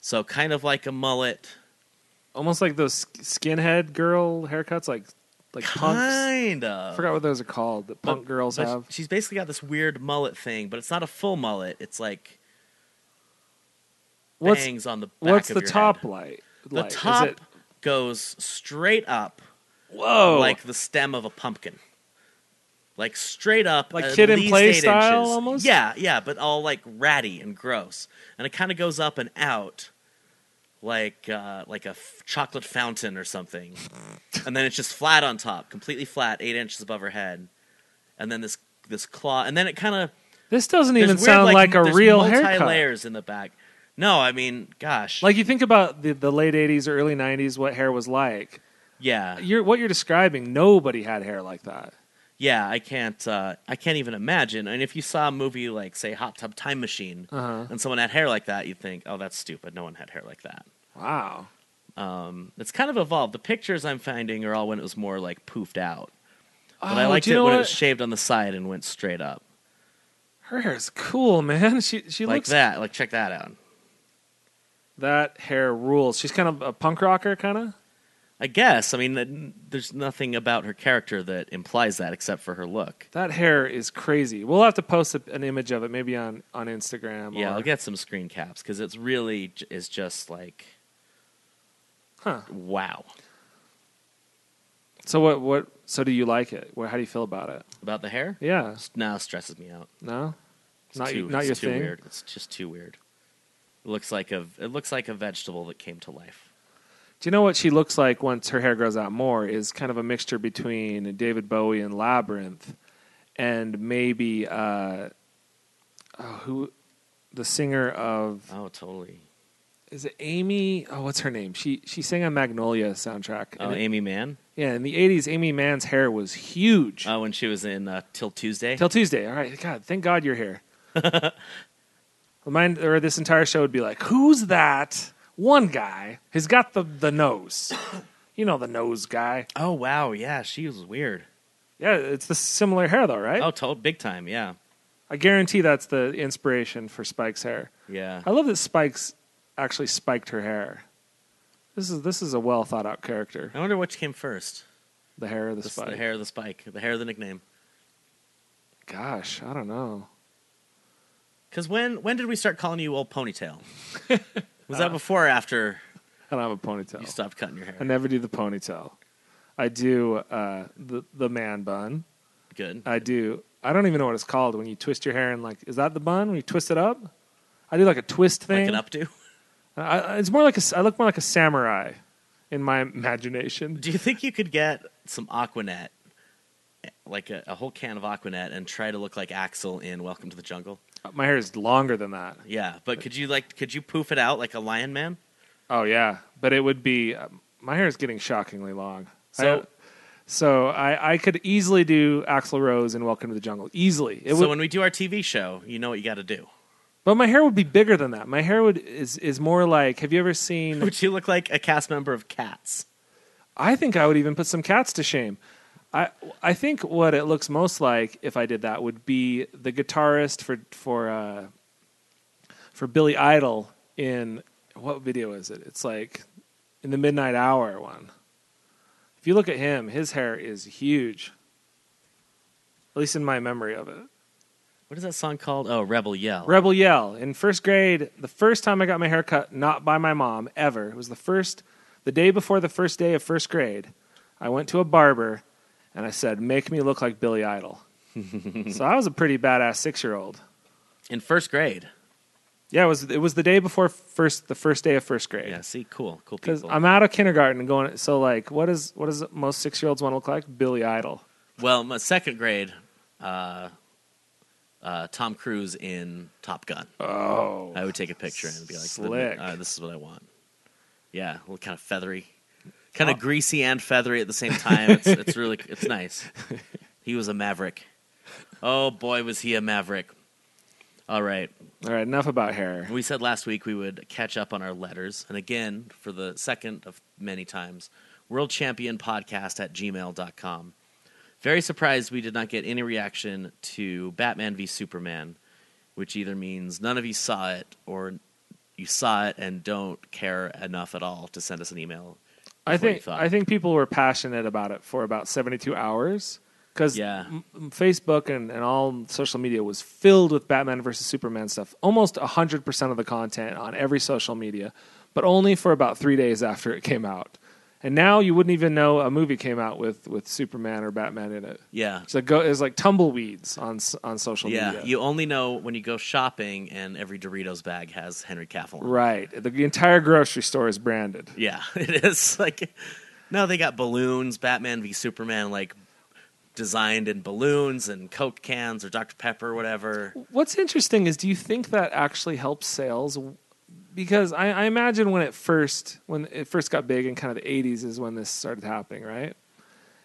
So kind of like a mullet,
Almost like those sk- skinhead girl haircuts, like like punks.
kind
I
of.
forgot what those are called. That
But-
punk girls
but
have.
She's basically got this weird mullet thing, but it's not a full mullet. It's like
What's
bangs on the back
what's
of
the
your
top
head.
light?
The
like? Is
top
it- Oh.
goes straight up
whoa,
like the stem of a pumpkin. Like straight up,
Like
at
Kid and
least
Play
eight
style
inches.
almost?
Yeah, yeah, but all like ratty and gross, and it kind of goes up and out, like uh, like a f- chocolate fountain or something, and then it's just flat on top, completely flat, eight inches above her head, and then this this claw, and then it kind of
this doesn't even sound like, a real haircut.
layers in the back. No, I mean, gosh,
Like you think about the, the late '80s or early '90s, what hair was like.
yeah,
You're what you're describing. Nobody had hair like that.
yeah, I can't, uh, I can't even imagine. And if you saw a movie like, say, Hot Tub Time Machine,
Uh-huh.
and someone had hair like that, you'd think, oh, that's stupid. No one had hair like that.
Wow.
Um, it's kind of evolved. The pictures I'm finding are all when it was more like poofed out, but I
Oh,
liked
do you
it
know
when it
what?
was shaved on the side and went straight up
Her hair's cool, man. She she
like
looks
that. Like check that out.
that hair rules. She's kind of a punk rocker, kind of.
I guess. I mean, th- there's nothing about her character that implies that except for her look.
That hair is crazy. We'll have to post a, an image of it, maybe on on Instagram.
Yeah,
or-
I'll get some screen caps because it's really j- is just like,
Huh.
wow.
So what? What? So do you like it? What, how do you feel about it?
About the hair,
Yeah.
no, it stresses me out.
No.
It's
not
too,
you- not
it's
your
too
thing.
Weird. It's just too weird. It looks like a it looks like a vegetable that came to life.
Do you know what she looks like once her hair grows out more? Is kind of a mixture between David Bowie and Labyrinth, and maybe uh, oh, who, the singer of
Oh, totally.
is it Amy? Oh, what's her name? She she sang on Magnolia soundtrack.
Oh,
And it-
Amy Mann.
yeah, in the '80s, Amy Mann's hair was huge.
Oh, when she was in uh, Till Tuesday.
Till Tuesday. All right. God, thank God you're here. Remind or this entire show would be like, who's that one guy? He's got the the nose. You know the nose guy.
oh wow, yeah, she was weird.
Yeah, it's the similar hair though, right?
Oh, told big time. Yeah,
I guarantee that's the inspiration for Spike's hair.
yeah.
I love that Spike's actually spiked her hair. This is this is a well thought out character.
I wonder which came first.
The hair or the
The,
spike.
the hair, of the spike, the hair, of the nickname.
Gosh, I don't know.
Because when when did we start calling you old ponytail? Was
Uh,
that before or after
I don't have a ponytail.
you stopped cutting your
I
hair?
never do the ponytail. I do uh, the the man bun.
Good.
I do. I don't even know what it's called when you twist your hair and like is that the bun when you twist it up? I do like a twist thing.
Like an updo.
I- I, it's more like a s I look more like a samurai in my imagination.
Do you think you could get some Aquanet, like a, a whole can of Aquanet, and try to look like Axel in Welcome to the Jungle?
My hair is longer than that.
Yeah, but could you like could you poof it out like a lion man?
Oh yeah, but it would be um, my hair is getting shockingly long.
So-
I, so I, I could easily do Axl Rose and Welcome to the Jungle easily. It
so
would,
when we do our TV show, you know what you got to do.
but my hair would be bigger than that. My hair would is is more like. Have you ever seen?
Would you look like a cast member of Cats?
I think I would even put some cats to shame. I I think what it looks most like if I did that would be the guitarist for for uh, for Billy Idol in what video is it? It's like in the Midnight Hour one. If you look at him, his hair is huge. At least in my memory of it.
What is that song called? Oh, Rebel Yell.
Rebel Yell. In first grade, the first time I got my hair cut, not by my mom ever, it was the first, the day before the first day of first grade. I went to a barber and I said, Make me look like Billy Idol. so I was a pretty badass six year old.
in first grade.
Yeah, it was, it was the day before first, the first day of first grade.
Yeah, see, cool, cool
Because
people.
I'm out of kindergarten and going, so like, what, is, what does most six year olds want to look like? Billy Idol.
well, my second grade, uh, uh, Tom Cruise in Top Gun.
Oh.
I would take a picture and be like,
Slick.
Uh, "This is what I want." Yeah, a little kind of feathery, kind
Oh.
of greasy and feathery at the same time. It's, it's really it's nice. He was a maverick. Oh boy, was he a maverick! All right,
All right, enough about hair.
we said last week we would catch up on our letters, and again for the second of many times, world champion podcast at gmail.com. Very surprised we did not get any reaction to Batman v Superman, which either means none of you saw it or you saw it and don't care enough at all to send us an email.
I
That's what you
think
thought.
I think people were passionate about it for about 72 hours because
Yeah.
Facebook and, and all social media was filled with Batman versus Superman stuff. Almost 100% of the content on every social media, but only for about three days after it came out. And now you wouldn't even know a movie came out with, with Superman or Batman in it.
Yeah.
So go, it's like tumbleweeds on s- on social
Yeah.
media.
You only know when you go shopping and every Doritos bag has Henry Cavill. on it.
right. The entire grocery store is branded.
Yeah, it is like no, they got balloons, Batman v Superman, like designed in balloons and Coke cans or Dr Pepper, or whatever.
What's interesting is, do you think that actually helps sales? Because I, I imagine when it first when it first got big in kind of the '80s is when this started happening, right?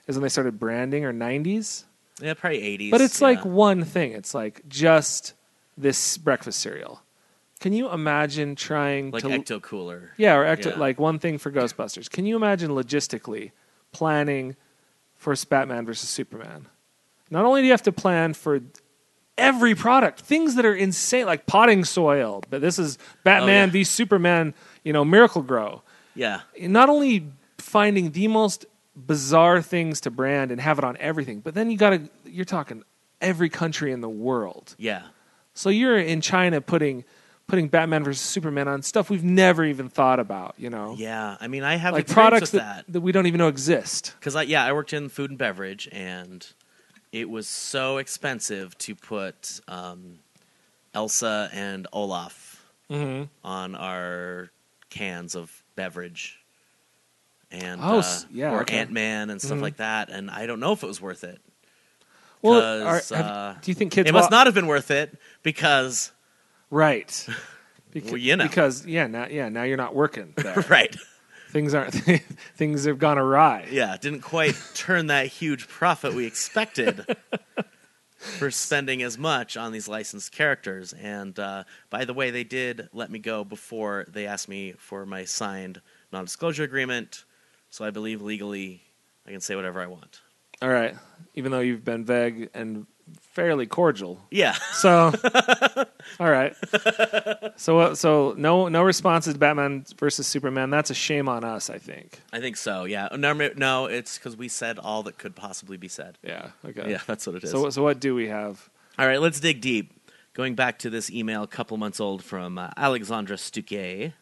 Is when they started branding or '90s.
Yeah, probably eighties.
But it's
yeah.
like one thing. It's like just this breakfast cereal. Can you imagine trying
like
to
Ecto Cooler.
yeah, or act
Yeah.
like one thing for Ghostbusters. Can you imagine logistically planning for Batman versus Superman? Not only do you have to plan for every product, things that are insane, like potting soil, but this is Batman
Oh, yeah.
v Superman, you know, Miracle Grow.
Yeah,
Not only finding the most bizarre things to brand and have it on everything, but then you got to, you're talking every country in the world.
yeah.
So you're in China putting putting Batman versus Superman on stuff we've never even thought about, you know?
Yeah, I mean, I have
Like
experience
products
with
that, that we don't even know exist.
because I yeah, I worked in food and beverage, and it was so expensive to put um, Elsa and Olaf
Mm-hmm.
on our cans of beverage, and
Oh,
uh,
s- yeah,
or
okay. Mm-hmm.
Ant Man and stuff like that. And I don't know if it was worth it.
Well, are,
'Cause,
have-
uh,
do you think kids
it must
wa-
not have been worth it because
right? Because,
Well, you know.
because yeah, now yeah, now you're not working. There.
right,
Things aren't things have gone awry.
yeah, it didn't quite turn that huge profit we expected. For spending as much on these licensed characters, and uh, by the way, they did let me go before they asked me for my signed non-disclosure agreement. So I believe legally, I can say whatever I want.
All right, even though you've been vague and fairly cordial.
Yeah,
So, all right. So uh, so no no responses to Batman versus Superman. That's a shame on us. I think.
I think so. Yeah, no, no, it's because we said all that could possibly be said.
Yeah. Okay.
Yeah, that's what it is.
So so what do we have?
All right, let's dig deep. Going back to this email, a couple months old from uh, Alexandra Stuquet.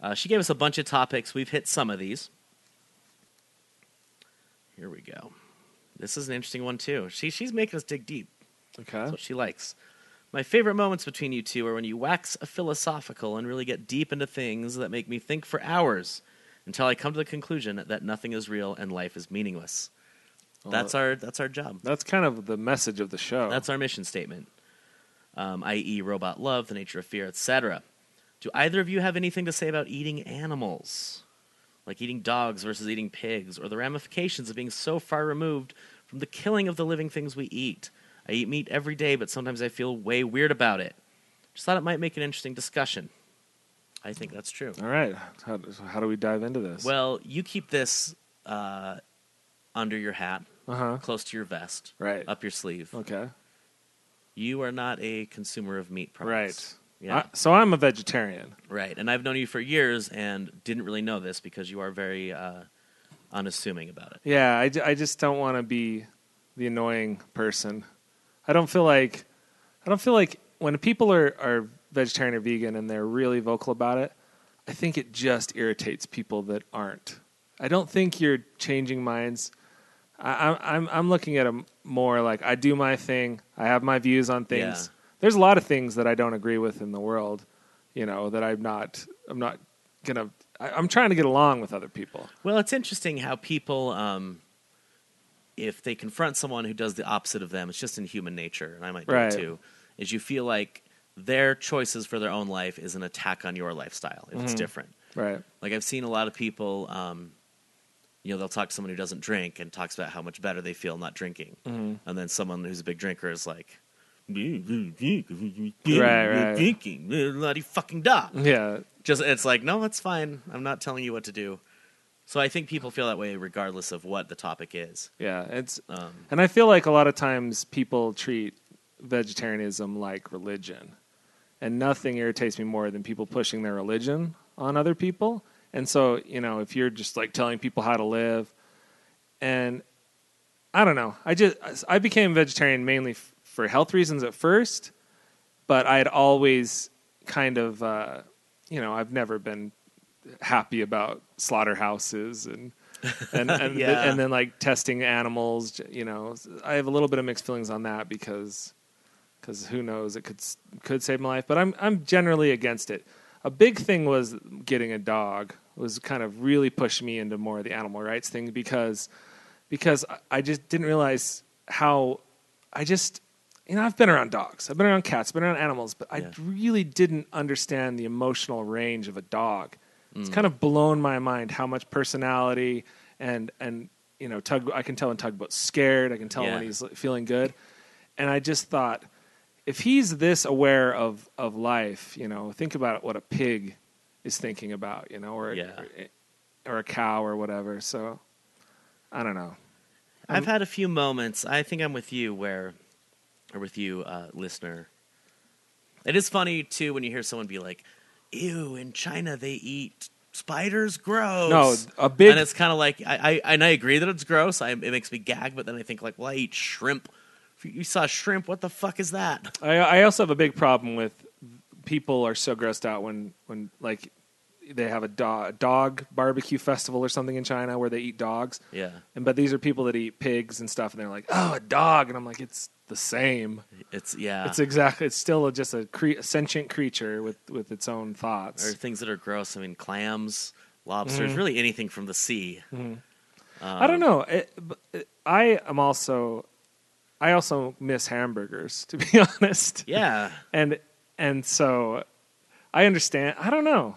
Uh, she gave us a bunch of topics. We've hit some of these. Here we go. This is an interesting one too. She she's making us dig deep.
Okay.
That's what she likes. My favorite moments between you two are when you wax a philosophical and really get deep into things that make me think for hours until I come to the conclusion that nothing is real and life is meaningless. That's our that's our job.
That's kind of the message of the show.
That's our mission statement, um, i.e., robot love, the nature of fear, etc. Do either of you have anything to say about eating animals, like eating dogs versus eating pigs, or the ramifications of being so far removed from the killing of the living things we eat? I eat meat every day, but sometimes I feel way weird about it. Just thought it might make an interesting discussion. I think that's true.
All right. How, how do we dive into this?
Well, you keep this uh, under your hat,
uh huh.
close to your vest,
Right.
up your sleeve.
Okay.
You are not a consumer of meat products.
Right.
Yeah.
I- so I'm a vegetarian.
right. And I've known you for years and didn't really know this because you are very uh, unassuming about it.
Yeah, I, ju- I just don't want to be the annoying person. I don't feel like I don't feel like when people are, are vegetarian or vegan and they're really vocal about it, I think it just irritates people that aren't. I don't think you're changing minds. I, I'm- I'm I'm looking at them more like I do my thing. I have my views on things.
Yeah.
There's a lot of things that I don't agree with in the world, you know, that I'm not I'm not gonna. I, I'm trying to get along with other people.
Well, it's interesting how people, um, if they confront someone who does the opposite of them, it's just in human nature, and I might do
Right.
it too, is you feel like their choices for their own life is an attack on your lifestyle if it's different.
Right.
Like I've seen a lot of people, um, you know, they'll talk to someone who doesn't drink and talks about how much better they feel not drinking, and then someone who's a big drinker is like,
right.
drinking, uh, bloody fucking da.
Yeah.
Just it's like, no, that's fine. I'm not telling you what to do. So I think people feel that way regardless of what the topic is.
Yeah, it's
Um,
and I feel like a lot of times people treat vegetarianism like religion, and nothing irritates me more than people pushing their religion on other people. And so, you know, if you're just like telling people how to live, and I don't know, I just I became vegetarian mainly f- for health reasons at first, but I had always kind of, uh, you know, I've never been happy about slaughterhouses and and and,
Yeah.
and then like testing animals. j- You know, I have a little bit of mixed feelings on that because because who knows, it could s- could save my life. But I'm I'm generally against it. A big thing was getting a dog was kind of really pushed me into more of the animal rights thing because because I- I just didn't realize how I just you know I've been around dogs, I've been around cats, been around animals, but I
Yeah.
really didn't understand the emotional range of a dog.
Mm.
It's kind of blown my mind how much personality and and you know tug I can tell when tugboat's scared, I can tell
Yeah.
when he's feeling good, and I just thought if he's this aware of of life, you know, think about what a pig is thinking about, you know, or eh,
Yeah.
or a cow or whatever. So I don't know.
I've had a few moments. I think I'm with you where, or with you, uh, listener. It is funny too when you hear someone be like, "Ew, in China they eat spiders. Gross."
No, a big-
and it's kind of like I, I and I agree that it's gross. I, it makes me gag, but then I think like, well, I eat shrimp. If you saw shrimp, what the fuck is that?
I, I also have a big problem with people are so grossed out when, when like they have a, do- a dog barbecue festival or something in China where they eat dogs.
Yeah,
And but these are people that eat pigs and stuff, and they're like, "Oh, a dog," and I'm like, "It's the same.
it's yeah.
It's exactly. It's still just a, cre- a sentient creature with with its own
or
thoughts."
things that are gross. I mean, clams, lobsters, really anything from the sea.
I
Um,
don't know. It, but it- I am also, I also miss hamburgers to be honest.
Yeah,
and and so I understand. I don't know.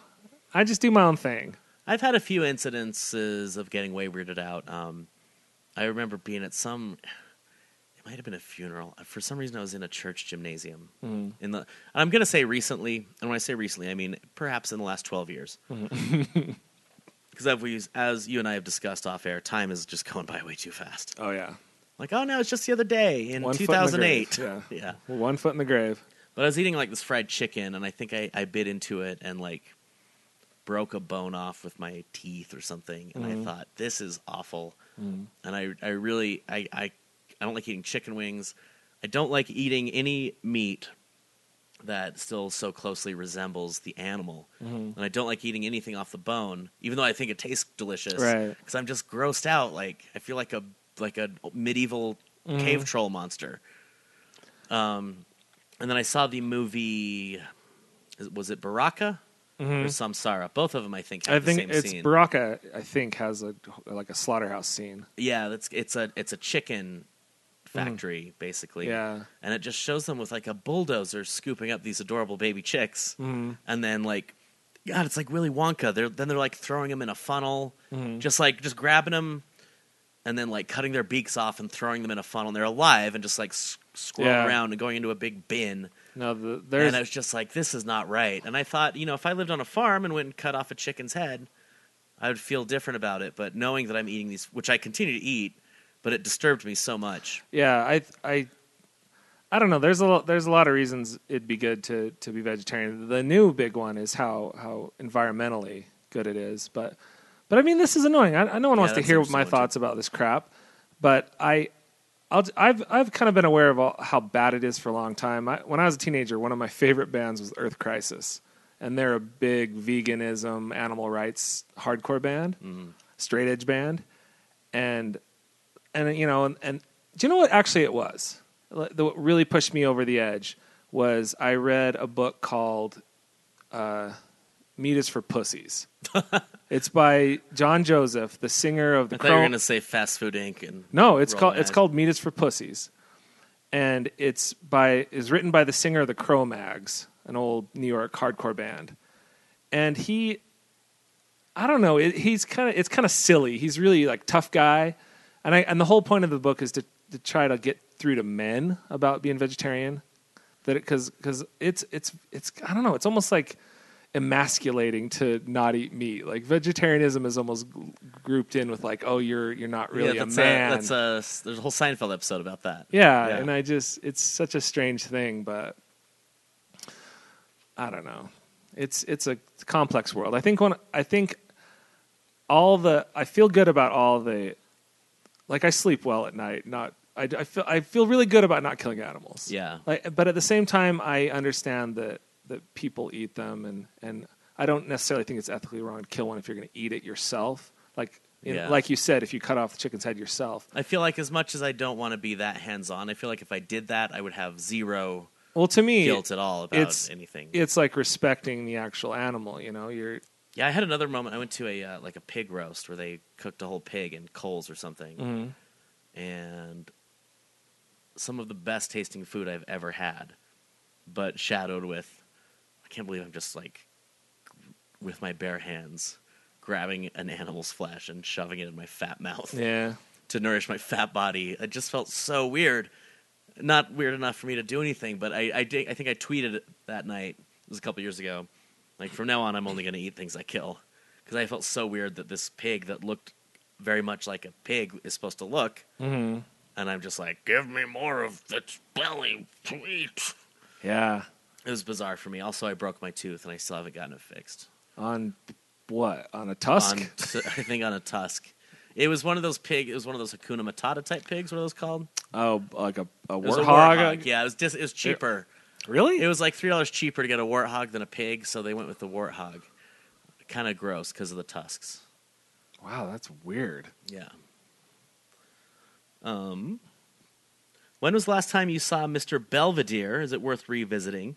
I just do my own thing.
I've had a few incidences of getting way weirded out. Um, I remember being at some, it might have been a funeral. For some reason, I was in a church gymnasium.
Mm-hmm.
In the, and I'm going to say recently, and when I say recently, I mean perhaps in the last 12 years.
Mm-hmm.
Because as, we- as you and I have discussed off air, time is just going by way too fast.
Oh yeah,
Like, oh no, it's just the other day in
One foot in the
2008.
grave, yeah.
yeah.
one foot in the grave.
But I was eating like this fried chicken, and I think I, I bit into it and like broke a bone off with my teeth or something. And I thought this is awful. And I I really I, I I don't like eating chicken wings. I don't like eating any meat that still so closely resembles the animal. And I don't like eating anything off the bone, even though I think it tastes delicious.
Right.
Because I'm just grossed out. Like I feel like a like a medieval cave troll monster. Um, and then I saw the movie. is- Was it Baraka or Samsara? Both of them, I think, have
Mm-hmm. I
the
think
same
it's
scene.
Baraka. I think has a like a slaughterhouse scene.
yeah, that's it's a it's a chicken factory basically.
Mm. Yeah,
and it just shows them with like a bulldozer scooping up these adorable baby chicks,
Mm-hmm.
and then like, God, it's like Willy Wonka. They're then they're like throwing them in a funnel,
Mm-hmm.
just like just grabbing them, and then like cutting their beaks off and throwing them in a funnel. And they're alive and just like s- scrolling
Yeah.
around and going into a big bin.
no, the, there's
And I was just like, this is not right. And I thought, you know, if I lived on a farm and went and cut off a chicken's head, I would feel different about it. But knowing that I'm eating these, which I continue to eat, but it disturbed me so much.
yeah i i i don't know there's a lot there's a lot of reasons it'd be good to to be vegetarian the new big one is how how environmentally good it is but but i mean this is annoying i, I no one
Yeah,
wants to
that's
hear
annoying
my
too.
thoughts about this crap but i I'll, I've I've kind of been aware of all, how bad it is for a long time. I, when I was a teenager, one of my favorite bands was Earth Crisis, and they're a big veganism, animal rights, hardcore band,
Mm-hmm.
straight edge band, and and you know, and, and do you know what actually it was? Like, the- What really pushed me over the edge was I read a book called uh, "Meat Is for Pussies." it's by John Joseph, the singer of the.
I thought you were
Cro-
going to say Fast Food Inc. and
no, it's
Roll
called
my
it's
eyes.
called Meat Is for Pussies, and it's by is written by the singer of the Cro-Mags, an old New York hardcore band, and he, I don't know, it, he's kind of it's kind of silly. He's really like tough guy, and I and the whole point of the book is to to try to get through to men about being vegetarian, that because because it's it's it's I don't know, it's almost like emasculating to not eat meat like vegetarianism is almost g- grouped in with like oh you're you're not really
yeah, that's
a man
that's a there's a whole Seinfeld episode about that.
yeah,
Yeah.
and I just it's such a strange thing, but I don't know. It's it's a complex world. I think when I think all the I feel good about all the like I sleep well at night. Not I, I feel I feel really good about not killing animals.
Yeah.
Like, but at the same time, I understand that that people eat them, and and I don't necessarily think it's ethically wrong to kill one if you're going to eat it yourself. Like in,
Yeah.
like you said, if you cut off the chicken's head yourself,
I feel like as much as I don't want to be that hands on, I feel like if I did that, I would have zero
Well, to me,
guilt at all about
it's-
anything.
it's like respecting the actual animal. You know, you're
yeah, I had another moment. I went to a uh, like a pig roast where they cooked a whole pig in coals or something, and some of the best tasting food I've ever had, but shadowed with. I can't believe I'm just like with my bare hands grabbing an animal's flesh and shoving it in my fat mouth.
yeah,
to nourish my fat body. It just felt so weird. Not weird enough for me to do anything, but I, I, did, I think I tweeted it that night. It was a couple years ago. Like, from now on, I'm only going to eat things I kill. Because I felt so weird that this pig that looked very much like a pig is supposed to look. Mm-hmm. And I'm just like, give me more of its belly to eat.
yeah.
It was bizarre for me. Also, I broke my tooth and I still haven't gotten it fixed.
On what? On a tusk?
On, I think on a tusk. It was one of those pig. It was one of those Hakuna Matata type pigs. What are those called?
oh, like a, a warthog? uh,
It was a warthog, Yeah, it was dis- it was cheaper.
Really?
It was like three dollars cheaper to get a warthog than a pig, so they went with the warthog. Kind of gross because of the tusks.
wow, that's weird.
Yeah. Um. When was the last time you saw Mr. Belvedere? Is it worth revisiting?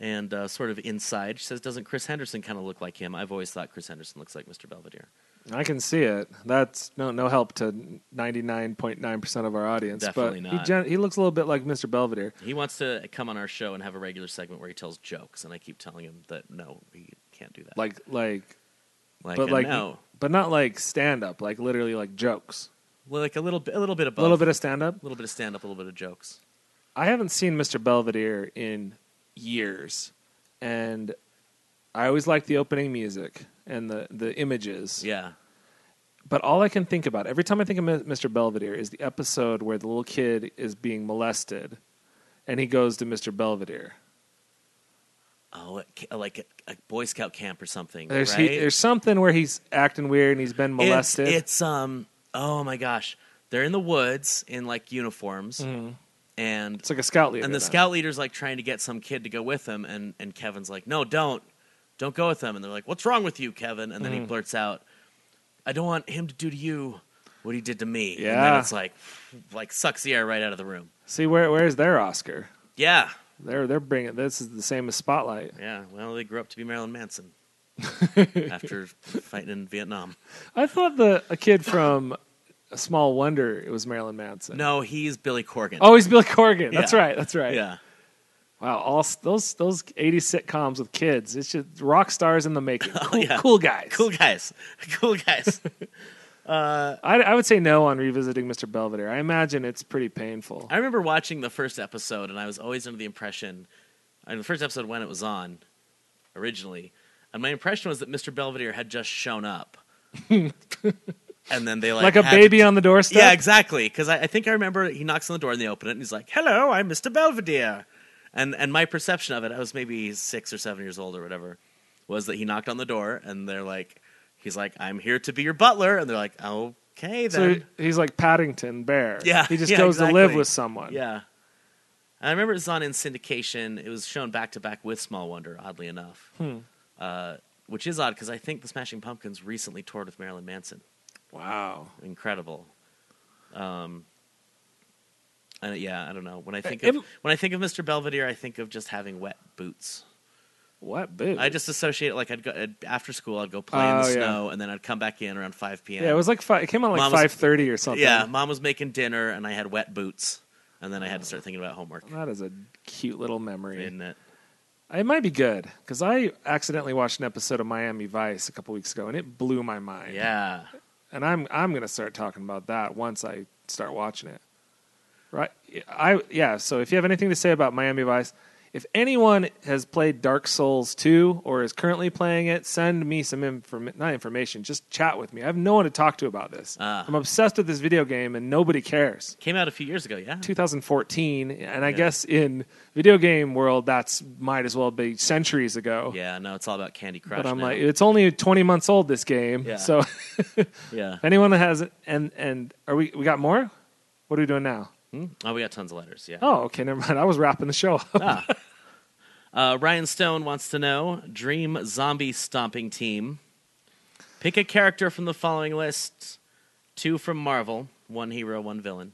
And uh, sort of inside, she says, "Doesn't Chris Henderson kind of look like him?" I've always thought Chris Henderson looks like Mr. Belvedere.
I can see it. That's no no help to ninety nine point nine percent of our audience.
Definitely
but He,
not.
gen- he looks a little bit like Mr. Belvedere.
He wants to come on our show and have a regular segment where he tells jokes, and I keep telling him that no, he can't do that.
Like like,
like
but
a
like,
no.
but not like stand up. Like literally like jokes.
Well, like a little bit, a little bit of
A
both.
little bit of stand up.
a little bit of stand up, a little bit of jokes.
I haven't seen Mr. Belvedere in years, and I always liked the opening music and the, the images.
Yeah,
But all I can think about every time I think of Mi- Mr. Belvedere is the episode where the little kid is being molested, and he goes to Mr. Belvedere.
oh, a ca- like a, a Boy Scout camp or something.
There's
right?
he, there's something where he's acting weird and he's been
It's-
molested. Mm-hmm.
It's, um. Oh my gosh, they're in the woods in like uniforms, and
It's like a scout leader.
and the
then.
scout leader's like trying to get some kid to go with him, and and Kevin's like, no, don't, don't go with him. And they're like, what's wrong with you, Kevin? And then
Mm-hmm.
he blurts out, I don't want him to do to you what he did to me. And then
Yeah.
it's like, like sucks the air right out of the room.
See where where's their Oscar?
Yeah,
They're they're bringing this is the same as Spotlight.
yeah. Well, they grew up to be Marilyn Manson after fighting in Vietnam.
I thought the a kid from A Small Wonder it was Marilyn Manson.
No, he's Billy Corgan.
Oh, he's Bill Corgan. That's
Yeah.
right. That's right.
yeah.
Wow. All s- those those 80s sitcoms with kids. It's just rock stars in the making. Cool,
Oh, yeah.
cool guys.
Cool guys. Cool guys.
I, I would say no on revisiting Mr. Belvedere. I imagine it's pretty painful.
I remember watching the first episode, and I was always under the impression, and the first episode when it was on, originally, and my impression was that Mr. Belvedere had just shown up, and then they like
like a
had to-
baby on the doorstep.
yeah, exactly. Because I, I think I remember he knocks on the door and they open it, and he's like, "Hello, I'm Mr. Belvedere," and and my perception of it, I was maybe six or seven years old or whatever, was that he knocked on the door and they're like, he's like, "I'm here to be your butler," and they're like, "Okay
So
then."
he's like Paddington Bear.
Yeah,
He just
yeah,
goes to live
exactly.
with someone.
Yeah. I remember it was on in syndication. It was shown back to back with Small Wonder, oddly enough. Uh, which is odd because I think the Smashing Pumpkins recently toured with Marilyn Manson.
Wow.
Incredible. Um, and yeah, I don't know. When I think
it-
of when I think of Mr. Belvedere, I think of just having wet boots.
What boo?
I just associate it like I'd go I'd, after school, I'd go play in the
Oh, yeah.
snow, and then I'd come back in around five p.m.
yeah, it was like five, it came on like
Mom was-
five thirty or something.
yeah. Mom was making dinner, and I had wet boots, and then I had to start thinking about homework.
That is a cute little memory.
Isn't it?
It might be good because I accidentally watched an episode of Miami Vice a couple weeks ago and it blew my mind.
Yeah.
and I'm I'm gonna start talking about that once I start watching it. Right? I yeah. So if you have anything to say about Miami Vice, if anyone has played Dark Souls two or is currently playing it, send me some inform not information, just chat with me. I have no one to talk to about this.
Ah.
I'm obsessed with this video game and nobody cares.
Came out a few years ago, yeah.
2014, and I guess in video game world, that's might as well be centuries ago.
Yeah, no, it's all about Candy Crush.
but I'm
now.
like, it's only 20 months old. This game,
Yeah.
so.
yeah.
If anyone has and and are we we got more? What are we doing now?
Oh, we got tons of letters. Yeah.
Oh, okay, never mind. I was wrapping the show up.
Uh, Ryan Stone wants to know Dream Zombie Stomping Team. Pick a character from the following list two from Marvel, one hero, one villain,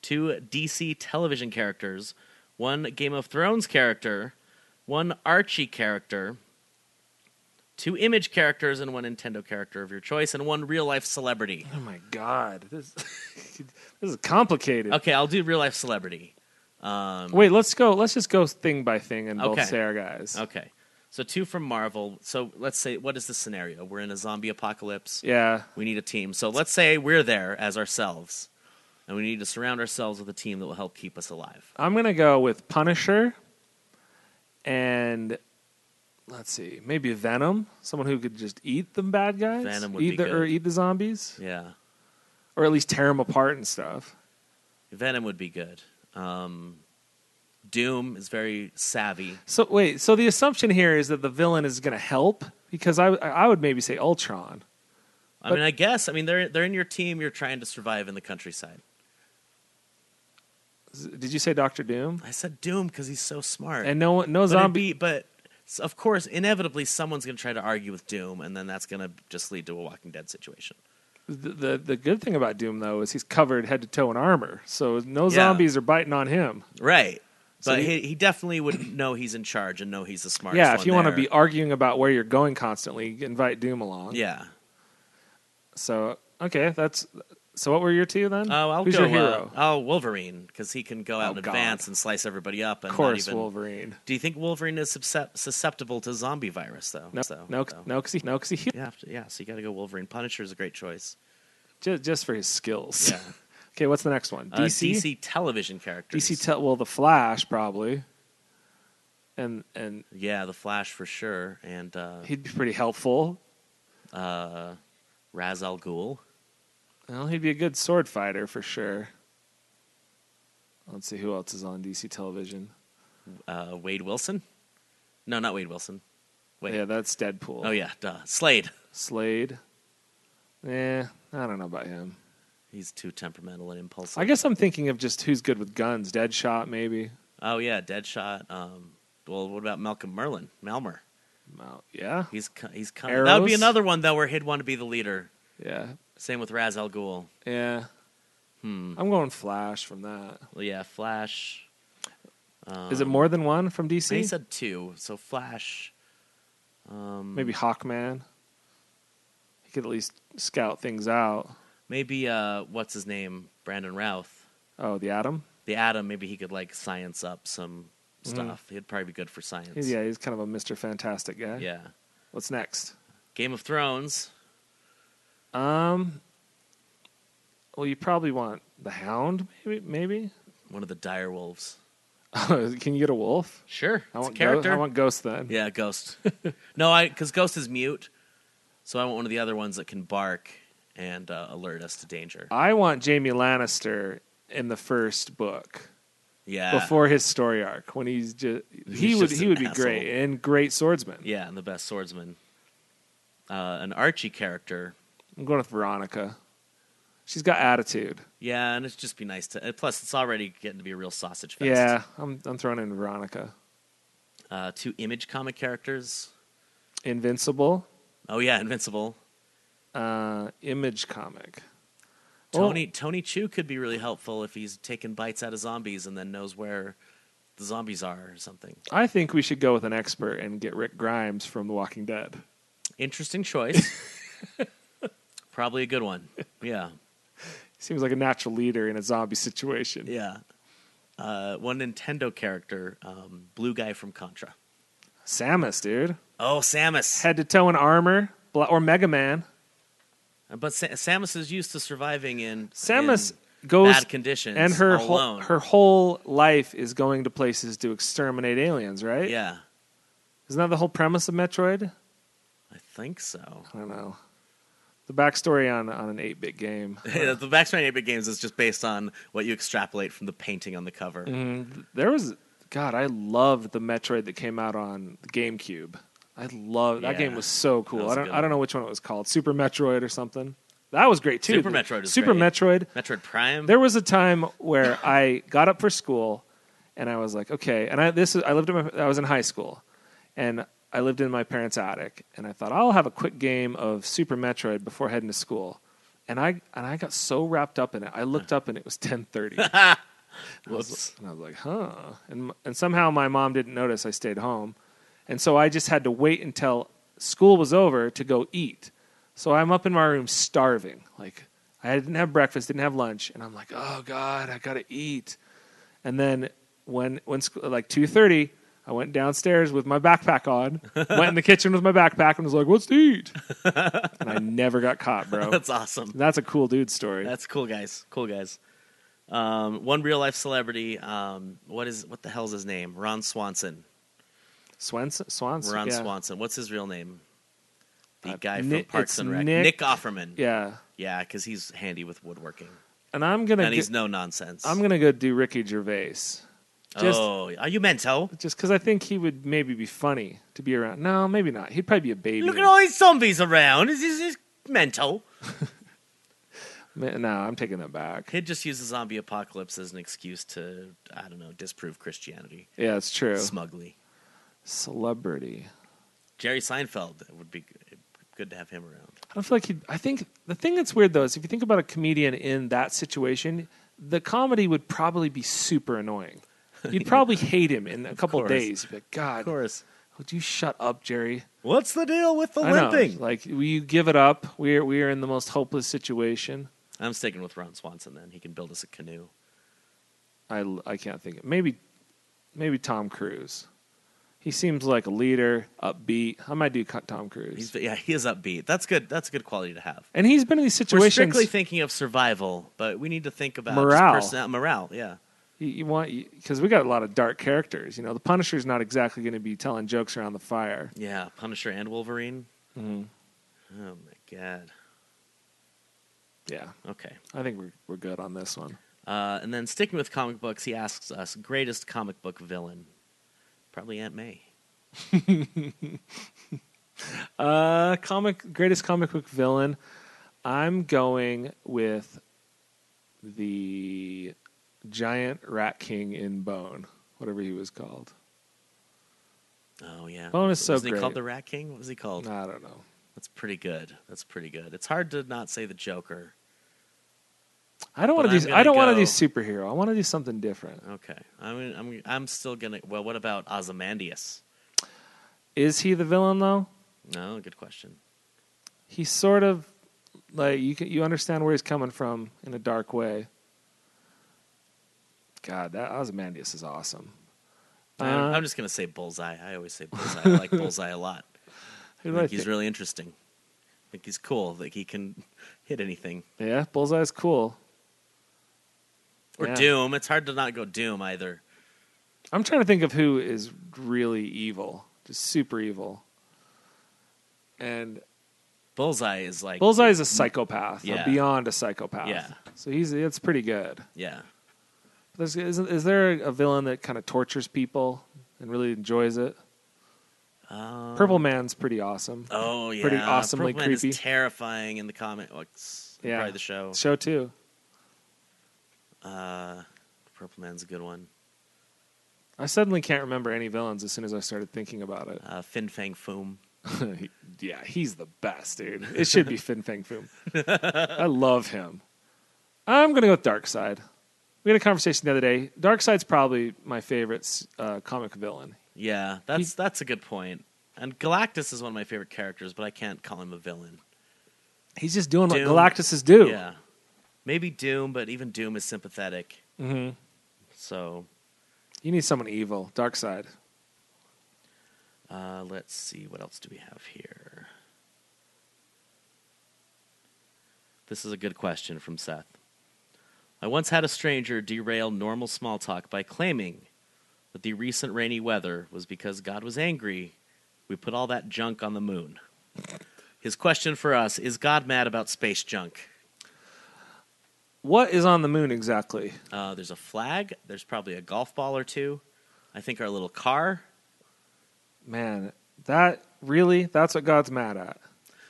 two DC television characters, one Game of Thrones character, one Archie character, two image characters, and one Nintendo character of your choice, and one real life celebrity.
Oh my god. This this is complicated.
Okay, I'll do real life celebrity. Um,
Wait, let's go. Let's just go thing by thing and
Okay.
both say our guys.
Okay. So two from Marvel. So let's say what is the scenario? We're in a zombie apocalypse.
Yeah.
We need a team. So let's say we're there as ourselves. And we need to surround ourselves with a team that will help keep us alive.
I'm going to go with Punisher and let's see, maybe Venom, someone who could just eat the bad guys,
Venom would
eat
be
the, or
good.
eat the zombies
Yeah.
or at least tear them apart and stuff.
Venom would be good. Um, Doom is very savvy.
So wait, so the assumption here is that the villain is going to help because I I would maybe say Ultron.
I
But-
mean, I guess. I mean, they're they're in your team. You're trying to survive in the countryside.
Z- Did you say Doctor Doom?
I said Doom because he's so smart.
And no one- no
but it'd
zombie.
be- but s- of course, inevitably, someone's going to try to argue with Doom, and then that's going to just lead to a Walking Dead situation.
The, the the good thing about Doom though is he's covered head to toe in armor, so no
Yeah.
zombies are biting on him.
Right.
So
but
he-
he, he definitely would know he's in charge and know he's the smartest.
yeah, if
one
you want to
there.
be arguing about where you're going constantly, invite Doom along.
yeah.
So okay, that's so. What were your two then?
Oh, I'll
Who's
go.
your hero?
Uh, oh, Wolverine, because he can go out
Oh,
in
God.
advance and slice everybody up. And
of
not
course,
even-
Wolverine.
Do you think Wolverine is suscep- susceptible to zombie virus though?
No,
so,
no,
so-
no, 'cause he, no, 'cause he,
Yeah, have to- yeah. So you got to go Wolverine. Punisher is a great choice.
just, just for his skills.
Yeah.
okay, what's the next one?
Uh, DC television characters.
DC tell well the Flash probably, and and
yeah, the Flash for sure, and uh,
he'd be pretty helpful.
uh, Raz Al Ghul.
Well, he'd be a good sword fighter for sure. Let's see who else is on DC television.
uh, Wade Wilson. No, not Wade Wilson. Wait.
Yeah, that's Deadpool.
Oh yeah, duh. Slade.
Slade. Eh, I don't know about him.
He's too temperamental and impulsive.
I guess I'm thinking of just who's good with guns. Deadshot, maybe.
Oh yeah, Deadshot. Um, well, what about Malcolm Merlin? Malmer.
Well, yeah,
He's co- he's coming. That would be
Arrows?
another one though where he'd want to be the leader.
yeah,
Same with Raz Al Ghul.
yeah.
Hmm.
I'm going Flash from that.
Well, yeah, Flash. Um,
Is it more than one from DC?
He said two, so Flash. Um,
Maybe Hawkman. He could at least scout things out.
maybe uh, what's his name? Brandon Routh,
Oh, the Atom.
the Atom. Maybe he could like science up some stuff. He'd probably be good for science.
He's, yeah, he's kind of a Mister Fantastic guy.
yeah.
What's next?
Game of Thrones.
Um. Well, you probably want the Hound, maybe. Maybe.
One of the dire wolves.
Can you get a wolf?
Sure,
I
it's a
want
character.
Ghost, I want Ghost then.
Yeah, Ghost. no, I because Ghost is mute, so I want one of the other ones that can bark and uh, alert us to danger.
I want Jamie Lannister in the first book
Yeah,
before his story arc when he's just he
He's
would
just
he
an
would be
asshole.
great and great swordsman.
yeah, and the best swordsman. Uh, an Archie character.
I'm going with Veronica. She's got attitude.
Yeah, and it'd just be nice to. uh, Plus, it's already getting to be a real sausage fest.
Yeah, I'm I'm throwing in Veronica.
Uh, two image comic characters.
Invincible,
Oh yeah, Invincible.
uh, Image comic. Well,
Tony Tony Chu could be really helpful if he's taking bites out of zombies and then knows where the zombies are or something.
I think we should go with an expert and get Rick Grimes from The Walking Dead.
Interesting choice. Probably a good one. Yeah.
Seems like a natural leader in a zombie situation.
Yeah. Uh, one Nintendo character, um, blue guy from Contra.
Samus, dude,
Oh, Samus.
head to toe in armor, bla- or Mega Man.
but Sa- Samus is used to surviving in
Samus
in
goes
bad conditions
and her
all
whole
alone.
her whole life is going to places to exterminate aliens, right?
yeah,
Isn't that the whole premise of Metroid?
I think so.
I don't know. The backstory on on an eight bit game.
the Backstory in 8-bit games is just based on what you extrapolate from the painting on the cover.
Mm-hmm. There was God, I loved the Metroid that came out on the GameCube. I loved that
Yeah.
game was so cool.
That was
I
a
don't
good
I don't
one.
know which one it was called. Super Metroid or something. That was great too.
Super
The-
Metroid is
Super
great.
Metroid.
Metroid Prime.
There was a time where I got up for school, and I was like, okay. And I this is, I lived in my I was in high school, and I lived in my parents' attic, and I thought I'll have a quick game of Super Metroid before heading to school, and I and I got so wrapped up in it. I looked up and it was ten thirty.
Whoops.
And I was like, huh. And, and somehow my mom didn't notice I stayed home. And so I just had to wait until school was over to go eat. So I'm up in my room starving. Like, I didn't have breakfast, didn't have lunch. And I'm like, oh, God, I got to eat. And then when, when sc- like 2.30, I went downstairs with my backpack on, went in the kitchen with my backpack and was like, what's to eat? and I never got caught, bro.
That's awesome.
That's a cool dude story.
That's cool, guys. Cool guys. Um, one real life celebrity. Um, what is what the hell's his name? Ron Swanson.
Swanson? Swanson?
Ron
yeah.
Swanson. What's his real name? The
Uh,
guy
Nick-
from Parks
it's
and Rec.
Nick-
Nick, Offerman.
Yeah.
yeah, because he's handy with woodworking
And I'm going to
and he's no nonsense.
I'm gonna go do Ricky Gervais, just-
oh, are you mento?
just because I think he would maybe be funny to be around. No, maybe not. He'd probably be a baby.
Look at all these zombies around. Is this is mento?
Ma- No, I'm taking that back.
He'd just use the zombie apocalypse as an excuse to I don't know disprove Christianity
Yeah, it's true.
smugly.
Celebrity.
Jerry Seinfeld it would be g- good to have him around.
I don't feel like he. I think the thing that's weird though is if you think about a comedian in that situation, the comedy would probably be super annoying. You'd probably hate him in a couple of
course.
days. You'd be like, God,
course.
would you shut up, Jerry?
What's the deal with the
I know. Like, will you give it up? We're we are in the most hopeless situation.
I'm sticking with Ron Swanson. Then he can build us a canoe.
I, I can't think of maybe maybe Tom Cruise. He seems like a leader, upbeat. I might do co- Tom Cruise,
He's yeah, he is upbeat. That's good. That's a good quality to have.
and he's been in these
We're
situations.
strictly thinking of survival, but we need to think about just
Morale.
personnel- morale, yeah.
you, you want because we got a lot of dark characters. You know, the Punisher's not exactly going to be telling jokes around the fire.
Yeah, Punisher and Wolverine.
Mm-hmm.
Oh my god.
Yeah,
Okay.
I think we're we're good on this one.
Uh, and then sticking with comic books, he asks us greatest comic book villain. Probably Aunt May.
Uh, comic greatest comic book villain. I'm going with the giant rat king in Bone, whatever he was called.
Oh yeah.
Bone is so
Wasn't he
great.
called the Rat King? What was he called?
I don't know.
That's pretty good. That's pretty good. It's hard to not say the Joker.
I don't
But
want to
I'm
do.
gonna
I don't want to
go-
do superhero. I want to do something different.
Okay. I'm I'm I'm still gonna. Well, what about Ozymandias?
Is he the villain though?
No, good question.
He's sort of like you. Can, you understand where he's coming from in a dark way. God, that Ozymandias is awesome.
I'm,
Uh,
I'm just gonna say Bullseye. I always say Bullseye. I like Bullseye a lot.
Who
I
do I
think he's
think?
really interesting. I think he's cool. Like he can hit anything.
yeah, Bullseye's cool.
Or
Yeah.
Doom. It's hard to not go Doom either.
I'm trying to think of who is really evil, just super evil. And
Bullseye is like
Bullseye is a psychopath,
Yeah.
or beyond a psychopath.
Yeah.
So he's that's pretty good.
yeah.
There's, is, is there a villain that kind of tortures people and really enjoys it?
Um,
Purple Man's pretty awesome.
Oh yeah.
Pretty awesomely
Purple Man is
creepy.
terrifying in the comic books.
Yeah.
Probably the show.
Show too.
Uh, Purple Man's a good one.
I suddenly can't remember any villains as soon as I started thinking about it.
Uh, Fin Fang Foom.
yeah, he's the best, dude. It should be Fin Fang Foom. I love him. I'm gonna go with Dark Side. We had a conversation the other day. Dark Side's probably my favorite uh, comic villain.
Yeah, that's that's a good point. And Galactus is one of my favorite characters, but I can't call him a villain.
He's just doing
Doom.
what Galactuses do.
Yeah, maybe Doom, but even Doom is sympathetic.
hmm
So
You need someone evil. Dark Side.
uh, let's see, what else do we have here? This is a good question from Seth. I once had a stranger derail normal small talk by claiming that the recent rainy weather was because God was angry. We put all that junk on the moon. His question for us is God mad about space junk?
What is on the moon exactly?
Uh, there's a flag. There's probably a golf ball or two. I think our little car.
Man, that really that's what God's mad at.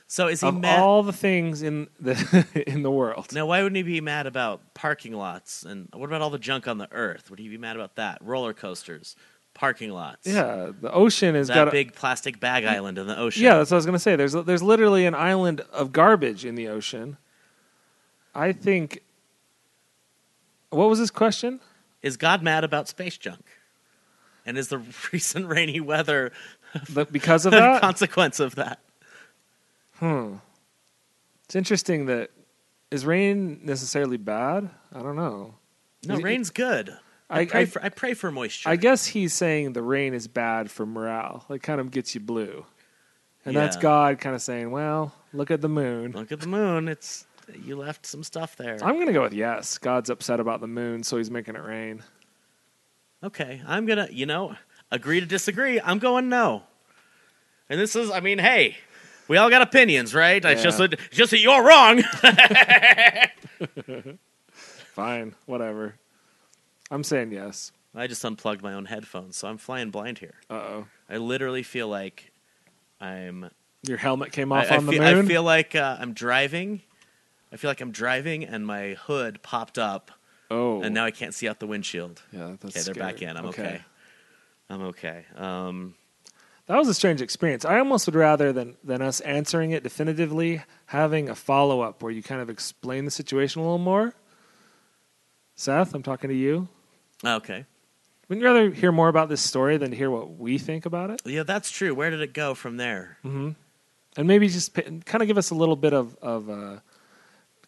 So is he
Of
mad?
all the things in the in the world.
now, why wouldn't he be mad about parking lots? And what about all the junk on the earth? Would he be mad about that? Roller coasters, parking lots.
Yeah, the ocean has
That
got a-
big plastic bag island in the ocean.
Yeah, that's what I was gonna say. There's there's literally an island of garbage in the ocean. I think. What was his question?
Is God mad about space junk? And is the recent rainy weather
But because of
a
that, Hmm.
consequence of that?
it's interesting that is rain necessarily bad? I don't know.
No,
Is it-
rain's good. I,
I-
pray
I-
for I pray for moisture.
I guess he's saying the rain is bad for morale. It kind of gets you blue, and that's
Yeah.
God kind of saying, "Well, look at the moon."
Look at the moon. It's you left some stuff there.
I'm gonna go with yes. God's upset about the moon, so he's making it rain.
Okay, I'm gonna, you know, agree to disagree. I'm going no. And this is, I mean, hey, we all got opinions, right? It's
Yeah.
just, that- it's just that you're wrong.
Fine, whatever. I'm saying yes.
I just unplugged my own headphones, so I'm flying blind here.
Uh oh.
I literally feel like I'm.
Your helmet came
I,
off
I
on
feel,
the moon.
I feel like uh, I'm driving. I feel like I'm driving, and my hood popped up,
oh,
and now I can't see out the windshield.
yeah, that's
okay, they're back
scary.
in. I'm okay. I'm okay. Um,
That was a strange experience. I almost would rather than than us answering it definitively, having a follow up where you kind of explain the situation a little more. Seth, I'm talking to you.
okay.
Wouldn't you rather hear more about this story than to hear what we think about it?
Yeah, that's true. Where did it go from there?
And maybe just p- kind of give us a little bit of of uh,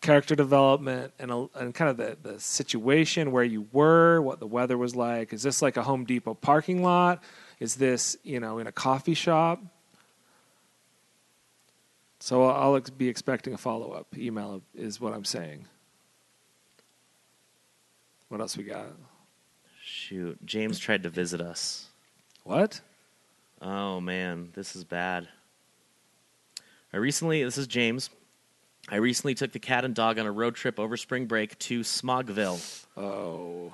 character development and a, and kind of the, the situation where you were, what the weather was like. Is this like a Home Depot parking lot? Is this you know in a coffee shop? So I'll, I'll ex- be expecting a follow up email is what I'm saying. What else we got?
Shoot, James tried to visit us.
What?
Oh man, this is bad. I recently, this is James. I recently took the cat and dog on a road trip over spring break to Smogville.
Oh,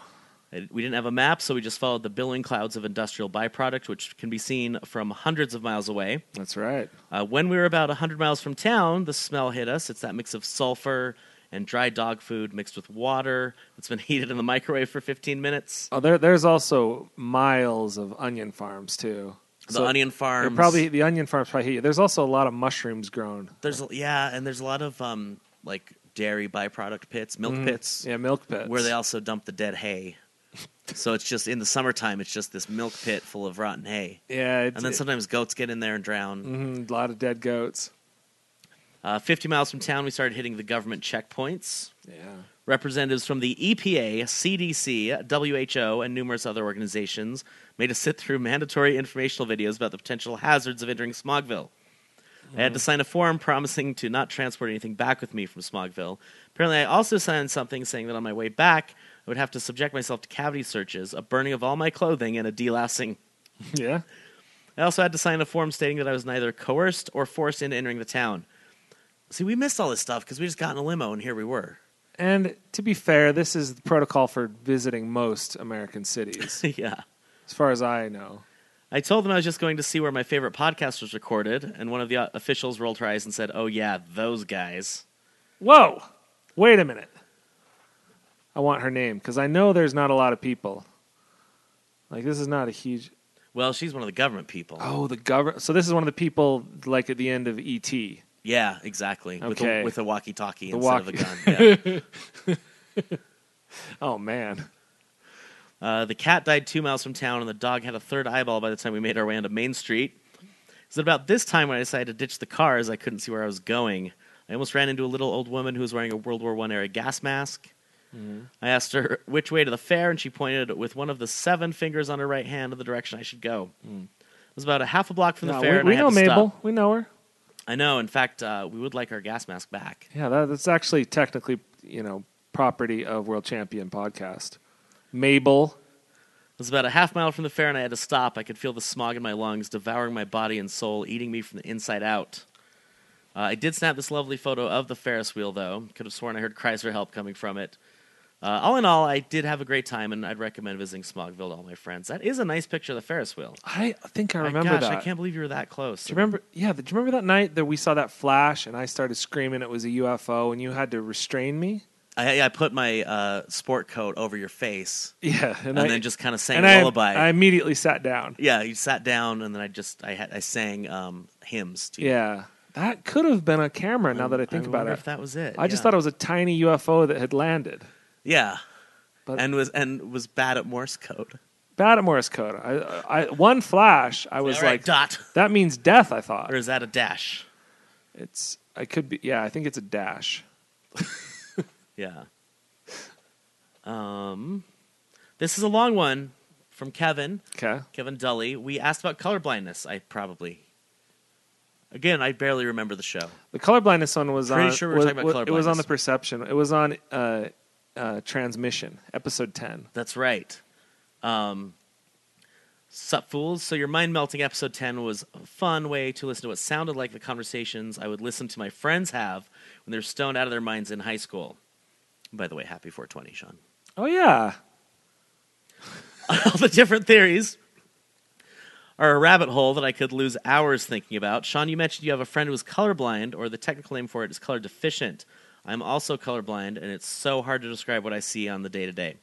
I- We didn't have a map, so we just followed the billowing clouds of industrial byproduct, which can be seen from hundreds of miles away.
that's right.
Uh, when we were about 100 miles from town, the smell hit us. It's that mix of sulfur and dry dog food mixed with water that's been heated in the microwave for 15 minutes.
Oh, there, there's also miles of onion farms too.
The
So
onion
they're
farms.
Probably the onion farms probably hit you. There's also a lot of mushrooms grown.
There's a- yeah, and there's a lot of um like dairy byproduct pits, milk pits,
Yeah, milk pits.
where they also dump the dead hay. so it's just in the summertime, it's just this milk pit full of rotten hay,
Yeah, it's,
and then sometimes goats get in there and drown.
mhm, a lot of dead goats.
Uh, 50 miles from town, we started hitting the government checkpoints.
Yeah.
Representatives from the E EPA, CDC, WHO, and numerous other organizations made us sit through mandatory informational videos about the potential hazards of entering Smogville. I had to sign a form promising to not transport anything back with me from Smogville. Apparently, I also signed something saying that on my way back, I would have to subject myself to cavity searches, a burning of all my clothing, and a delousing.
Yeah.
I also had to sign a form stating that I was neither coerced or forced into entering the town. See, we missed all this stuff because we just got in a limo and here we were.
And to be fair, this is the protocol for visiting most American cities,
yeah.
as far as I know.
I told them I was just going to see where my favorite podcast was recorded, and one of the uh, officials rolled her eyes and said, Oh, yeah, those guys.
Whoa! Wait a minute. I want her name because I know there's not a lot of people. Like this is not a huge.
Well, she's one of the government people.
Oh, the government. So this is one of the people like at the end of E ET.
Yeah, exactly. With a,
Okay.
with a walkie talkie
The
instead of a
walkie-
gun. Yeah.
Oh man.
Uh, the cat died two miles from town, and the dog had a third eyeball by the time we made our way onto Main Street. It was about this time when I decided to ditch the car as I couldn't see where I was going. I almost ran into a little old woman who was wearing a World War I era gas mask.
Mm-hmm.
I asked her which way to the fair, and she pointed with one of the seven fingers on her right hand in the direction I should go. It was about a half a block from the
No,
fair,
Hmm.
and I
we, we
had
know
to stop.
Mabel. We know her.
I know. In fact, uh, we would like our gas mask back.
Yeah, that, that's actually technically you know property of World Champion Podcast. Mabel.
It was about a half mile from the fair, and I had to stop. I could feel the smog in my lungs, devouring my body and soul, eating me from the inside out. Uh, I did snap this lovely photo of the Ferris wheel, though. Could have sworn I heard cries for help coming from it. Uh, all in all, I did have a great time, and I'd recommend visiting Smogville to all my friends. That is a nice picture of the Ferris wheel.
I think I
My
remember
Gosh,
that.
I can't believe you were that close.
Do you remember? Yeah, do you remember that night that we saw that flash and I started screaming it was a UFO and you had to restrain me?
I, I put my uh, sport coat over your face
Yeah,
and,
I,
then just kind of sang
and
a
I,
lullaby.
I immediately sat down.
yeah, you sat down, and then I just I had I sang um, hymns to you.
Yeah, that could have been a camera. Now that I think about
wonder
it,
if that was it.
I just
Yeah.
thought it was a tiny UFO that had landed.
Yeah.
But-
and was and was bad at Morse code.
Bad at Morse code. I, I one flash, I was
All right,
like,
dot,
that means death. I thought
or is that a dash?
it's. I could be. Yeah, I think it's a dash.
Yeah. Um, this is a long one from Kevin.
Okay.
Kevin Dully. We asked about colorblindness. I probably. Again, I barely remember the show.
The colorblindness one was
Pretty
on.
sure we were
was-
talking about
was- It was on
colorblindness.
the perception. It was on uh, uh, transmission, episode ten.
That's right. Um, Sup fools. So your mind melting episode ten was a fun way to listen to what sounded like the conversations I would listen to my friends have when they're stoned out of their minds in high school. By the way, happy 420, Sean.
Oh yeah,
all the different theories are a rabbit hole that I could lose hours thinking about. Sean, you mentioned you have a friend who is colorblind, or the technical name for it is color deficient. I'm also colorblind, and it's so hard to describe what I see on the day to day.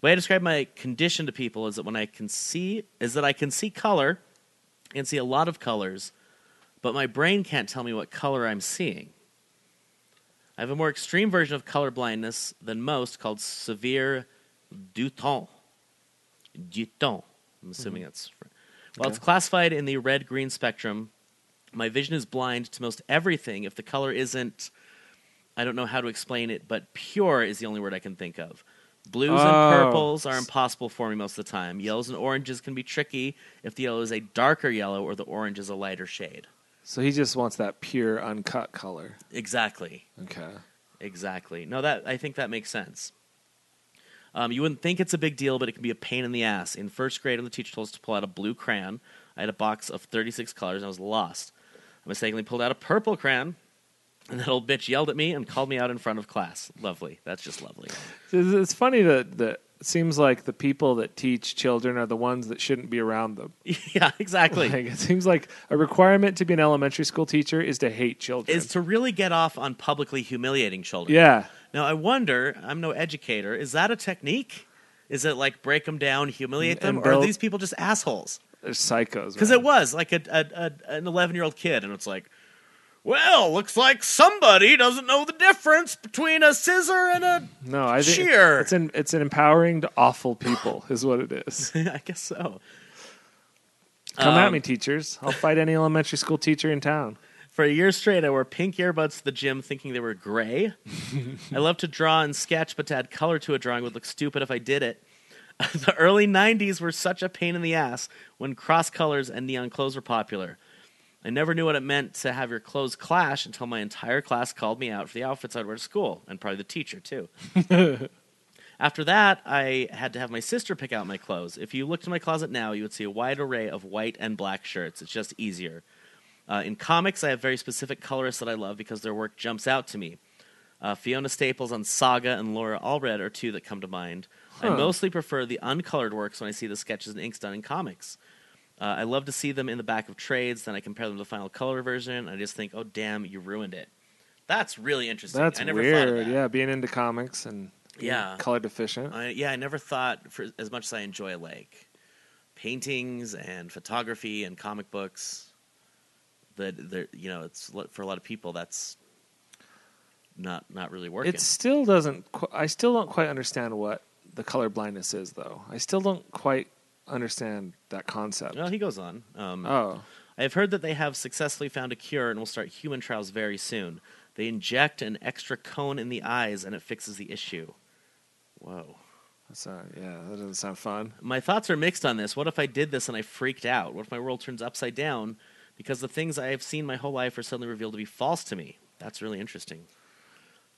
The way I describe my condition to people is that when I can see is that I can see color and see a lot of colors, but my brain can't tell me what color I'm seeing. I have a more extreme version of color blindness than most called severe Duton. Duton. I'm assuming that's. Fr- While it's classified in the red green spectrum, my vision is blind to most everything if the color isn't. I don't know how to explain it, but pure is the only word I can think of. Blues
Oh.
and purples are impossible for me most of the time. Yellows and oranges can be tricky if the yellow is a darker yellow or the orange is a lighter shade.
so he just wants that pure, uncut color.
Exactly.
Okay.
Exactly. No, that I think that makes sense. Um, you wouldn't think it's a big deal, but it can be a pain in the ass. In first grade, when the teacher told us to pull out a blue crayon, I had a box of 36 colors and I was lost. I mistakenly pulled out a purple crayon, and that old bitch yelled at me and called me out in front of class. Lovely. That's just lovely.
It's, it's funny that that It seems like the people that teach children are the ones that shouldn't be around them.
yeah, exactly.
Like, it seems like a requirement to be an elementary school teacher is to hate children.
Is to really get off on publicly humiliating children.
yeah.
Now I wonder. I'm no educator. Is that a technique? Is it like break them down, humiliate them,
And
or are
build-
these people just assholes?
They're psychos.
Because
man.
it was like a, a, a an 11 year old kid, and it's like, well, looks like somebody doesn't know the difference between a scissor and a.
No, I think
Sure.
it's an it's an empowering to awful people is what it is.
I guess so.
Come
Um,
at me, teachers! I'll fight any elementary school teacher in town.
For a year straight, I wore pink earbuds to the gym thinking they were gray. I love to draw and sketch, but to add color to a drawing would look stupid if I did it. the early 90s were such a pain in the ass when cross colors and neon clothes were popular. I never knew what it meant to have your clothes clash until my entire class called me out for the outfits I'd wear to school, and probably the teacher, too. After that, I had to have my sister pick out my clothes. If you looked in my closet now, you would see a wide array of white and black shirts. It's just easier. Uh, in comics, I have very specific colorists that I love because their work jumps out to me. Uh, Fiona Staples on Saga and Laura Allred are two that come to mind. I mostly prefer the uncolored works when I see the sketches and inks done in comics. Uh, I love to see them in the back of trades, then I compare them to the final color version. and I just think, oh, damn, you ruined it. That's really interesting.
That's
I never
weird.
Thought of that.
Yeah, being into comics and being
Yeah.
color deficient.
I, yeah, I never thought for as much as I enjoy like paintings and photography and comic books that there you know it's lo- for a lot of people that's not not really working.
It still doesn't. Qu- I still don't quite understand what the color blindness is, though. I still don't quite understand that concept.
well, he goes on. Um,
Oh,
I've heard that they have successfully found a cure and will start human trials very soon. They inject an extra cone in the eyes and it fixes the issue. Whoa.
that's not, yeah, that doesn't sound fun.
My thoughts are mixed on this. What if I did this and I freaked out? What if my world turns upside down because the things I have seen my whole life are suddenly revealed to be false to me? That's really interesting.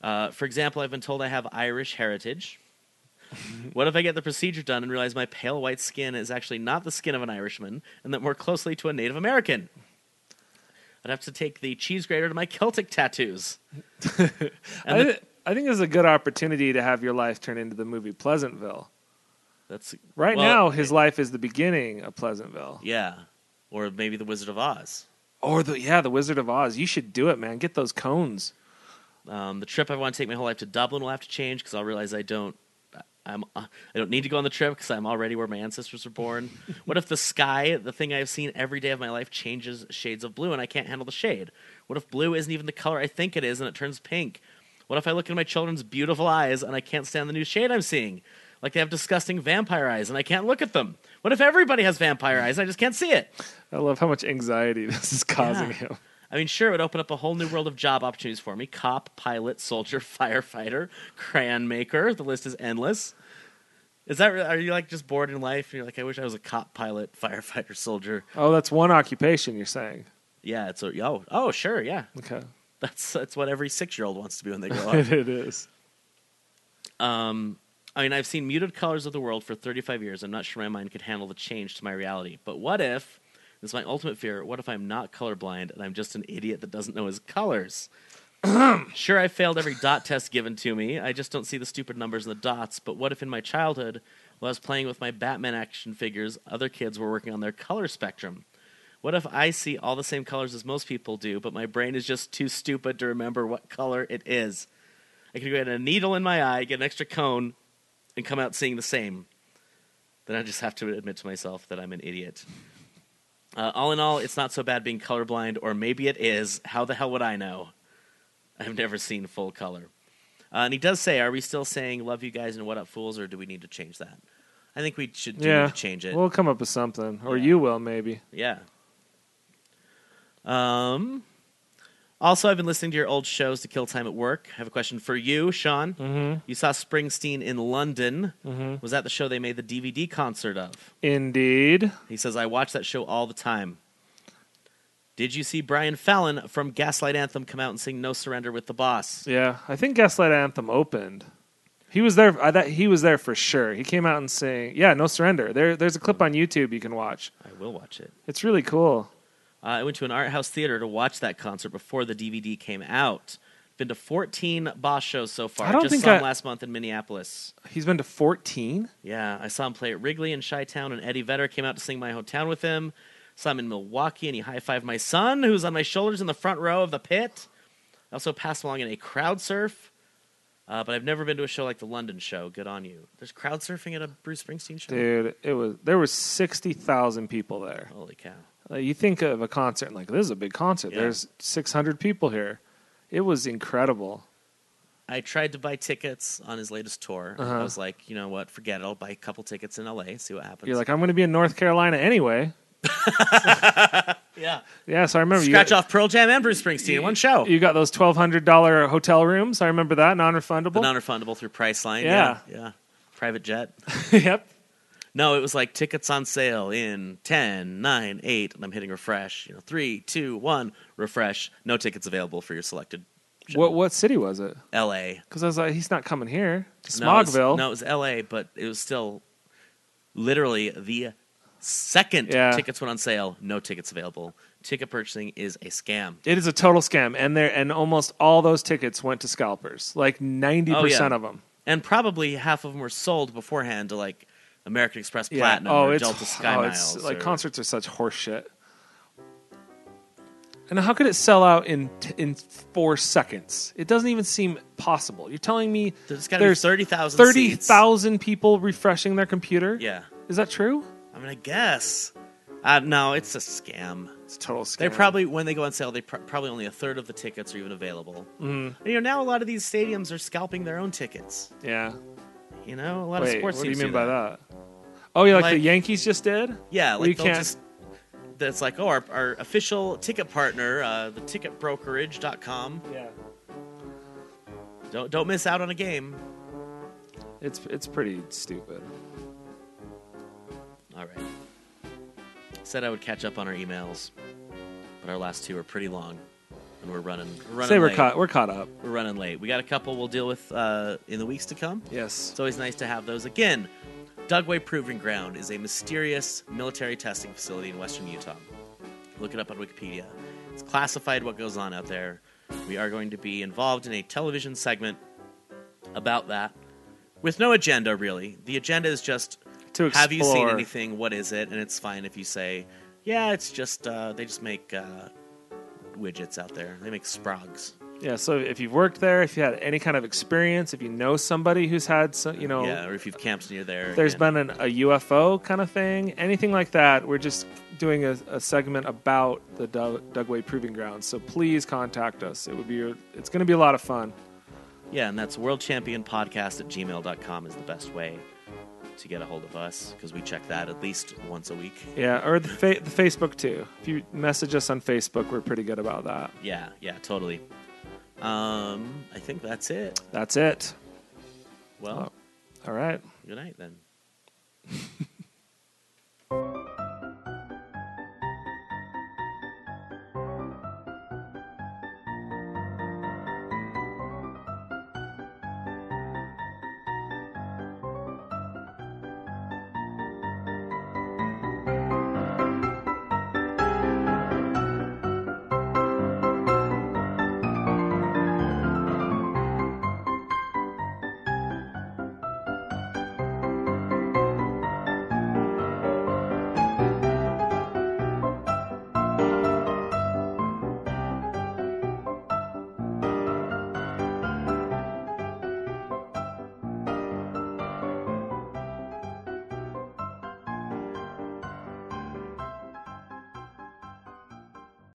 Uh, for example, I've been told I have Irish heritage. what if I get the procedure done and realize my pale white skin is actually not the skin of an Irishman and that more closely to a Native American? I'd have to take the cheese grater to my Celtic tattoos.
I, thi- I think it's a good opportunity to have your life turn into the movie Pleasantville.
That's
Right
well,
now, his life is the beginning of Pleasantville.
yeah, or maybe the Wizard of Oz.
Or the yeah, the Wizard of Oz. You should do it, man. Get those cones.
Um, the trip I want to take my whole life to Dublin will have to change because I'll realize I don't. I'm, uh, I don't need to go on the trip because I'm already where my ancestors were born. what if the sky, the thing I've seen every day of my life, changes shades of blue and I can't handle the shade? What if blue isn't even the color I think it is and it turns pink? What if I look in my children's beautiful eyes and I can't stand the new shade I'm seeing? Like they have disgusting vampire eyes and I can't look at them. What if everybody has vampire eyes and I just can't see it?
I love how much anxiety this is causing
Yeah.
him.
I mean, sure, it would open up a whole new world of job opportunities for me cop, pilot, soldier, firefighter, crayon maker. The list is endless. Is that, re- are you like just bored in life? And you're like, I wish I was a cop, pilot, firefighter, soldier.
Oh, that's one occupation you're saying.
Yeah, it's a, oh, oh, sure, yeah.
Okay.
That's, that's what every six year old wants to be when they grow up.
it is.
Um, I mean, I've seen muted colors of the world for 35 years. I'm not sure my mind could handle the change to my reality. But what if, this is my ultimate fear, what if I'm not colorblind and I'm just an idiot that doesn't know his colors? sure, I failed every dot test given to me. I just don't see the stupid numbers and the dots. But what if in my childhood, while I was playing with my Batman action figures, other kids were working on their color spectrum? What if I see all the same colors as most people do, but my brain is just too stupid to remember what color it is? I could get a needle in my eye, get an extra cone, and come out seeing the same. Then I just have to admit to myself that I'm an idiot. Uh, all in all, it's not so bad being colorblind, or maybe it is. How the hell would I know? I've never seen full color. Uh, and he does say, "Are we still saying love you guys and what up fools, or do we need to change that?" I think we should do
yeah.
need to change it.
We'll come up with something, or
Yeah.
you will maybe.
Yeah. Um. Also, I've been listening to your old shows to kill time at work. I have a question for you, Sean. Mm-hmm. You saw Springsteen in London. Mm-hmm. Was that the show they made the DVD concert of?
Indeed.
He says, I watch that show all the time. Did you see Brian Fallon from Gaslight Anthem come out and sing No Surrender with the Boss?
Yeah, I think Gaslight Anthem opened. He was there. I thought he was there for sure. He came out and sang. Yeah, no surrender. There, there's a clip on YouTube you can watch.
I will watch it.
It's really cool.
Uh, I went to an art house theater to watch that concert before the DVD came out. Been to 14 Boss shows so far.
I don't
Just
think
saw him
I-
last month in Minneapolis.
He's been to 14.
Yeah, I saw him play at Wrigley in Chi Town, and Eddie Vedder came out to sing My Hometown with him. Saw him in Milwaukee, and he high fived my son, who's on my shoulders in the front row of the pit. I also passed along in a crowd surf, uh, but I've never been to a show like the London show. Good on you. There's crowd surfing at a Bruce Springsteen show?
Dude, it was there was 60,000 people there.
Holy cow.
Like, Uh, you think of a concert and like this is a big concert.
Yeah.
There's 600 people here. It was incredible.
I tried to buy tickets on his latest tour.
Uh-huh.
I was like, you know what? Forget it. I'll buy a couple tickets in LA, see what happens.
You're like I'm going to be in North Carolina anyway.
yeah.
Yeah, so I remember
Scratch
"Oh, you
off Pearl Jam and Bruce Springsteen in one show.
you got those $1200 hotel rooms. I remember that non-refundable.
the non refundable through Priceline.
Yeah.
yeah. Yeah. Private jet.
yep.
No, it was like tickets on sale in 10, 9, 8, and I'm hitting refresh. You know, 3, 2, 1, refresh. No tickets available for your selected show.
What what city was it?
L.A.
Cuz I was like he's not coming
No,
here.
it was-
Smogville.
No, it was L.A., but it was still literally the second
Yeah.
tickets went on sale. No tickets available. Ticket purchasing is a scam.
It is a total scam, and there and almost all those tickets went to scalpers. Like ninety
Oh,
percent
yeah.
of them.
And probably half of them were sold beforehand to like American Express
Yeah.
Platinum
oh,
or
it's,
Delta Sky
oh,
Miles.
it's, like
or-
concerts are such horseshit. And how could it sell out in t- in four seconds? It doesn't even seem possible. You're telling me
There's gotta be 30,000
thirty
seats.
thousand people refreshing their computer.
Yeah.
is that true?
I mean, I guess. Uh, no, it's a scam.
It's a total scam.
They probably when they go on sale, they pr- probably only a third of the tickets are even available.
Mm-hmm.
Mm. You know, now a lot of these stadiums are scalping their own tickets.
yeah.
You know, a lot of
Wait, what
sports
do you
teams
mean by that? Oh, yeah, like, the
Like-
Yankees just did.
Yeah,
Well,
like
you
they'll
can't-
just that's like, oh, our, our official ticket partner, uh, the ticketbrokerage.com.
Yeah,
Don't don't miss out on a game.
it's it's pretty stupid.
All right. Said I would catch up on our emails, but our last two are pretty long, and we're running. We're running
Say we're
late.
caught we're caught up.
We're running late. We got a couple we'll deal with uh, in the weeks to come.
Yes.
It's always nice to have those again. Dugway Proving Ground is a mysterious military testing facility in western Utah. Look it up on Wikipedia. It's classified what goes on out there. We are going to be involved in a television segment about that with no agenda, really. The agenda is just
To
have you seen
explore.
anything? What is it? And it's fine if you say, yeah, it's just, uh, they just make uh, widgets out there, they make sprogs.
Yeah. So if you've worked there, if you had any kind of experience, if you know somebody who's had some, you know,
Yeah, or if you've camped near there.
there's
and-
been an, a UFO kind of thing, anything like that, we're just doing a, a segment about the Doug, Dugway Proving Ground. So please contact us. It would be it's going to be a lot of fun.
Yeah, and that's worldchampionpodcast at gmail.com is the best way to get a hold of us because we check that at least once a week.
Yeah. Or the, fa- the Facebook too. If you message us on Facebook, we're pretty good about that.
Yeah, yeah, totally. Um, I think that's it.
That's it.
Well,
All right.
good night then.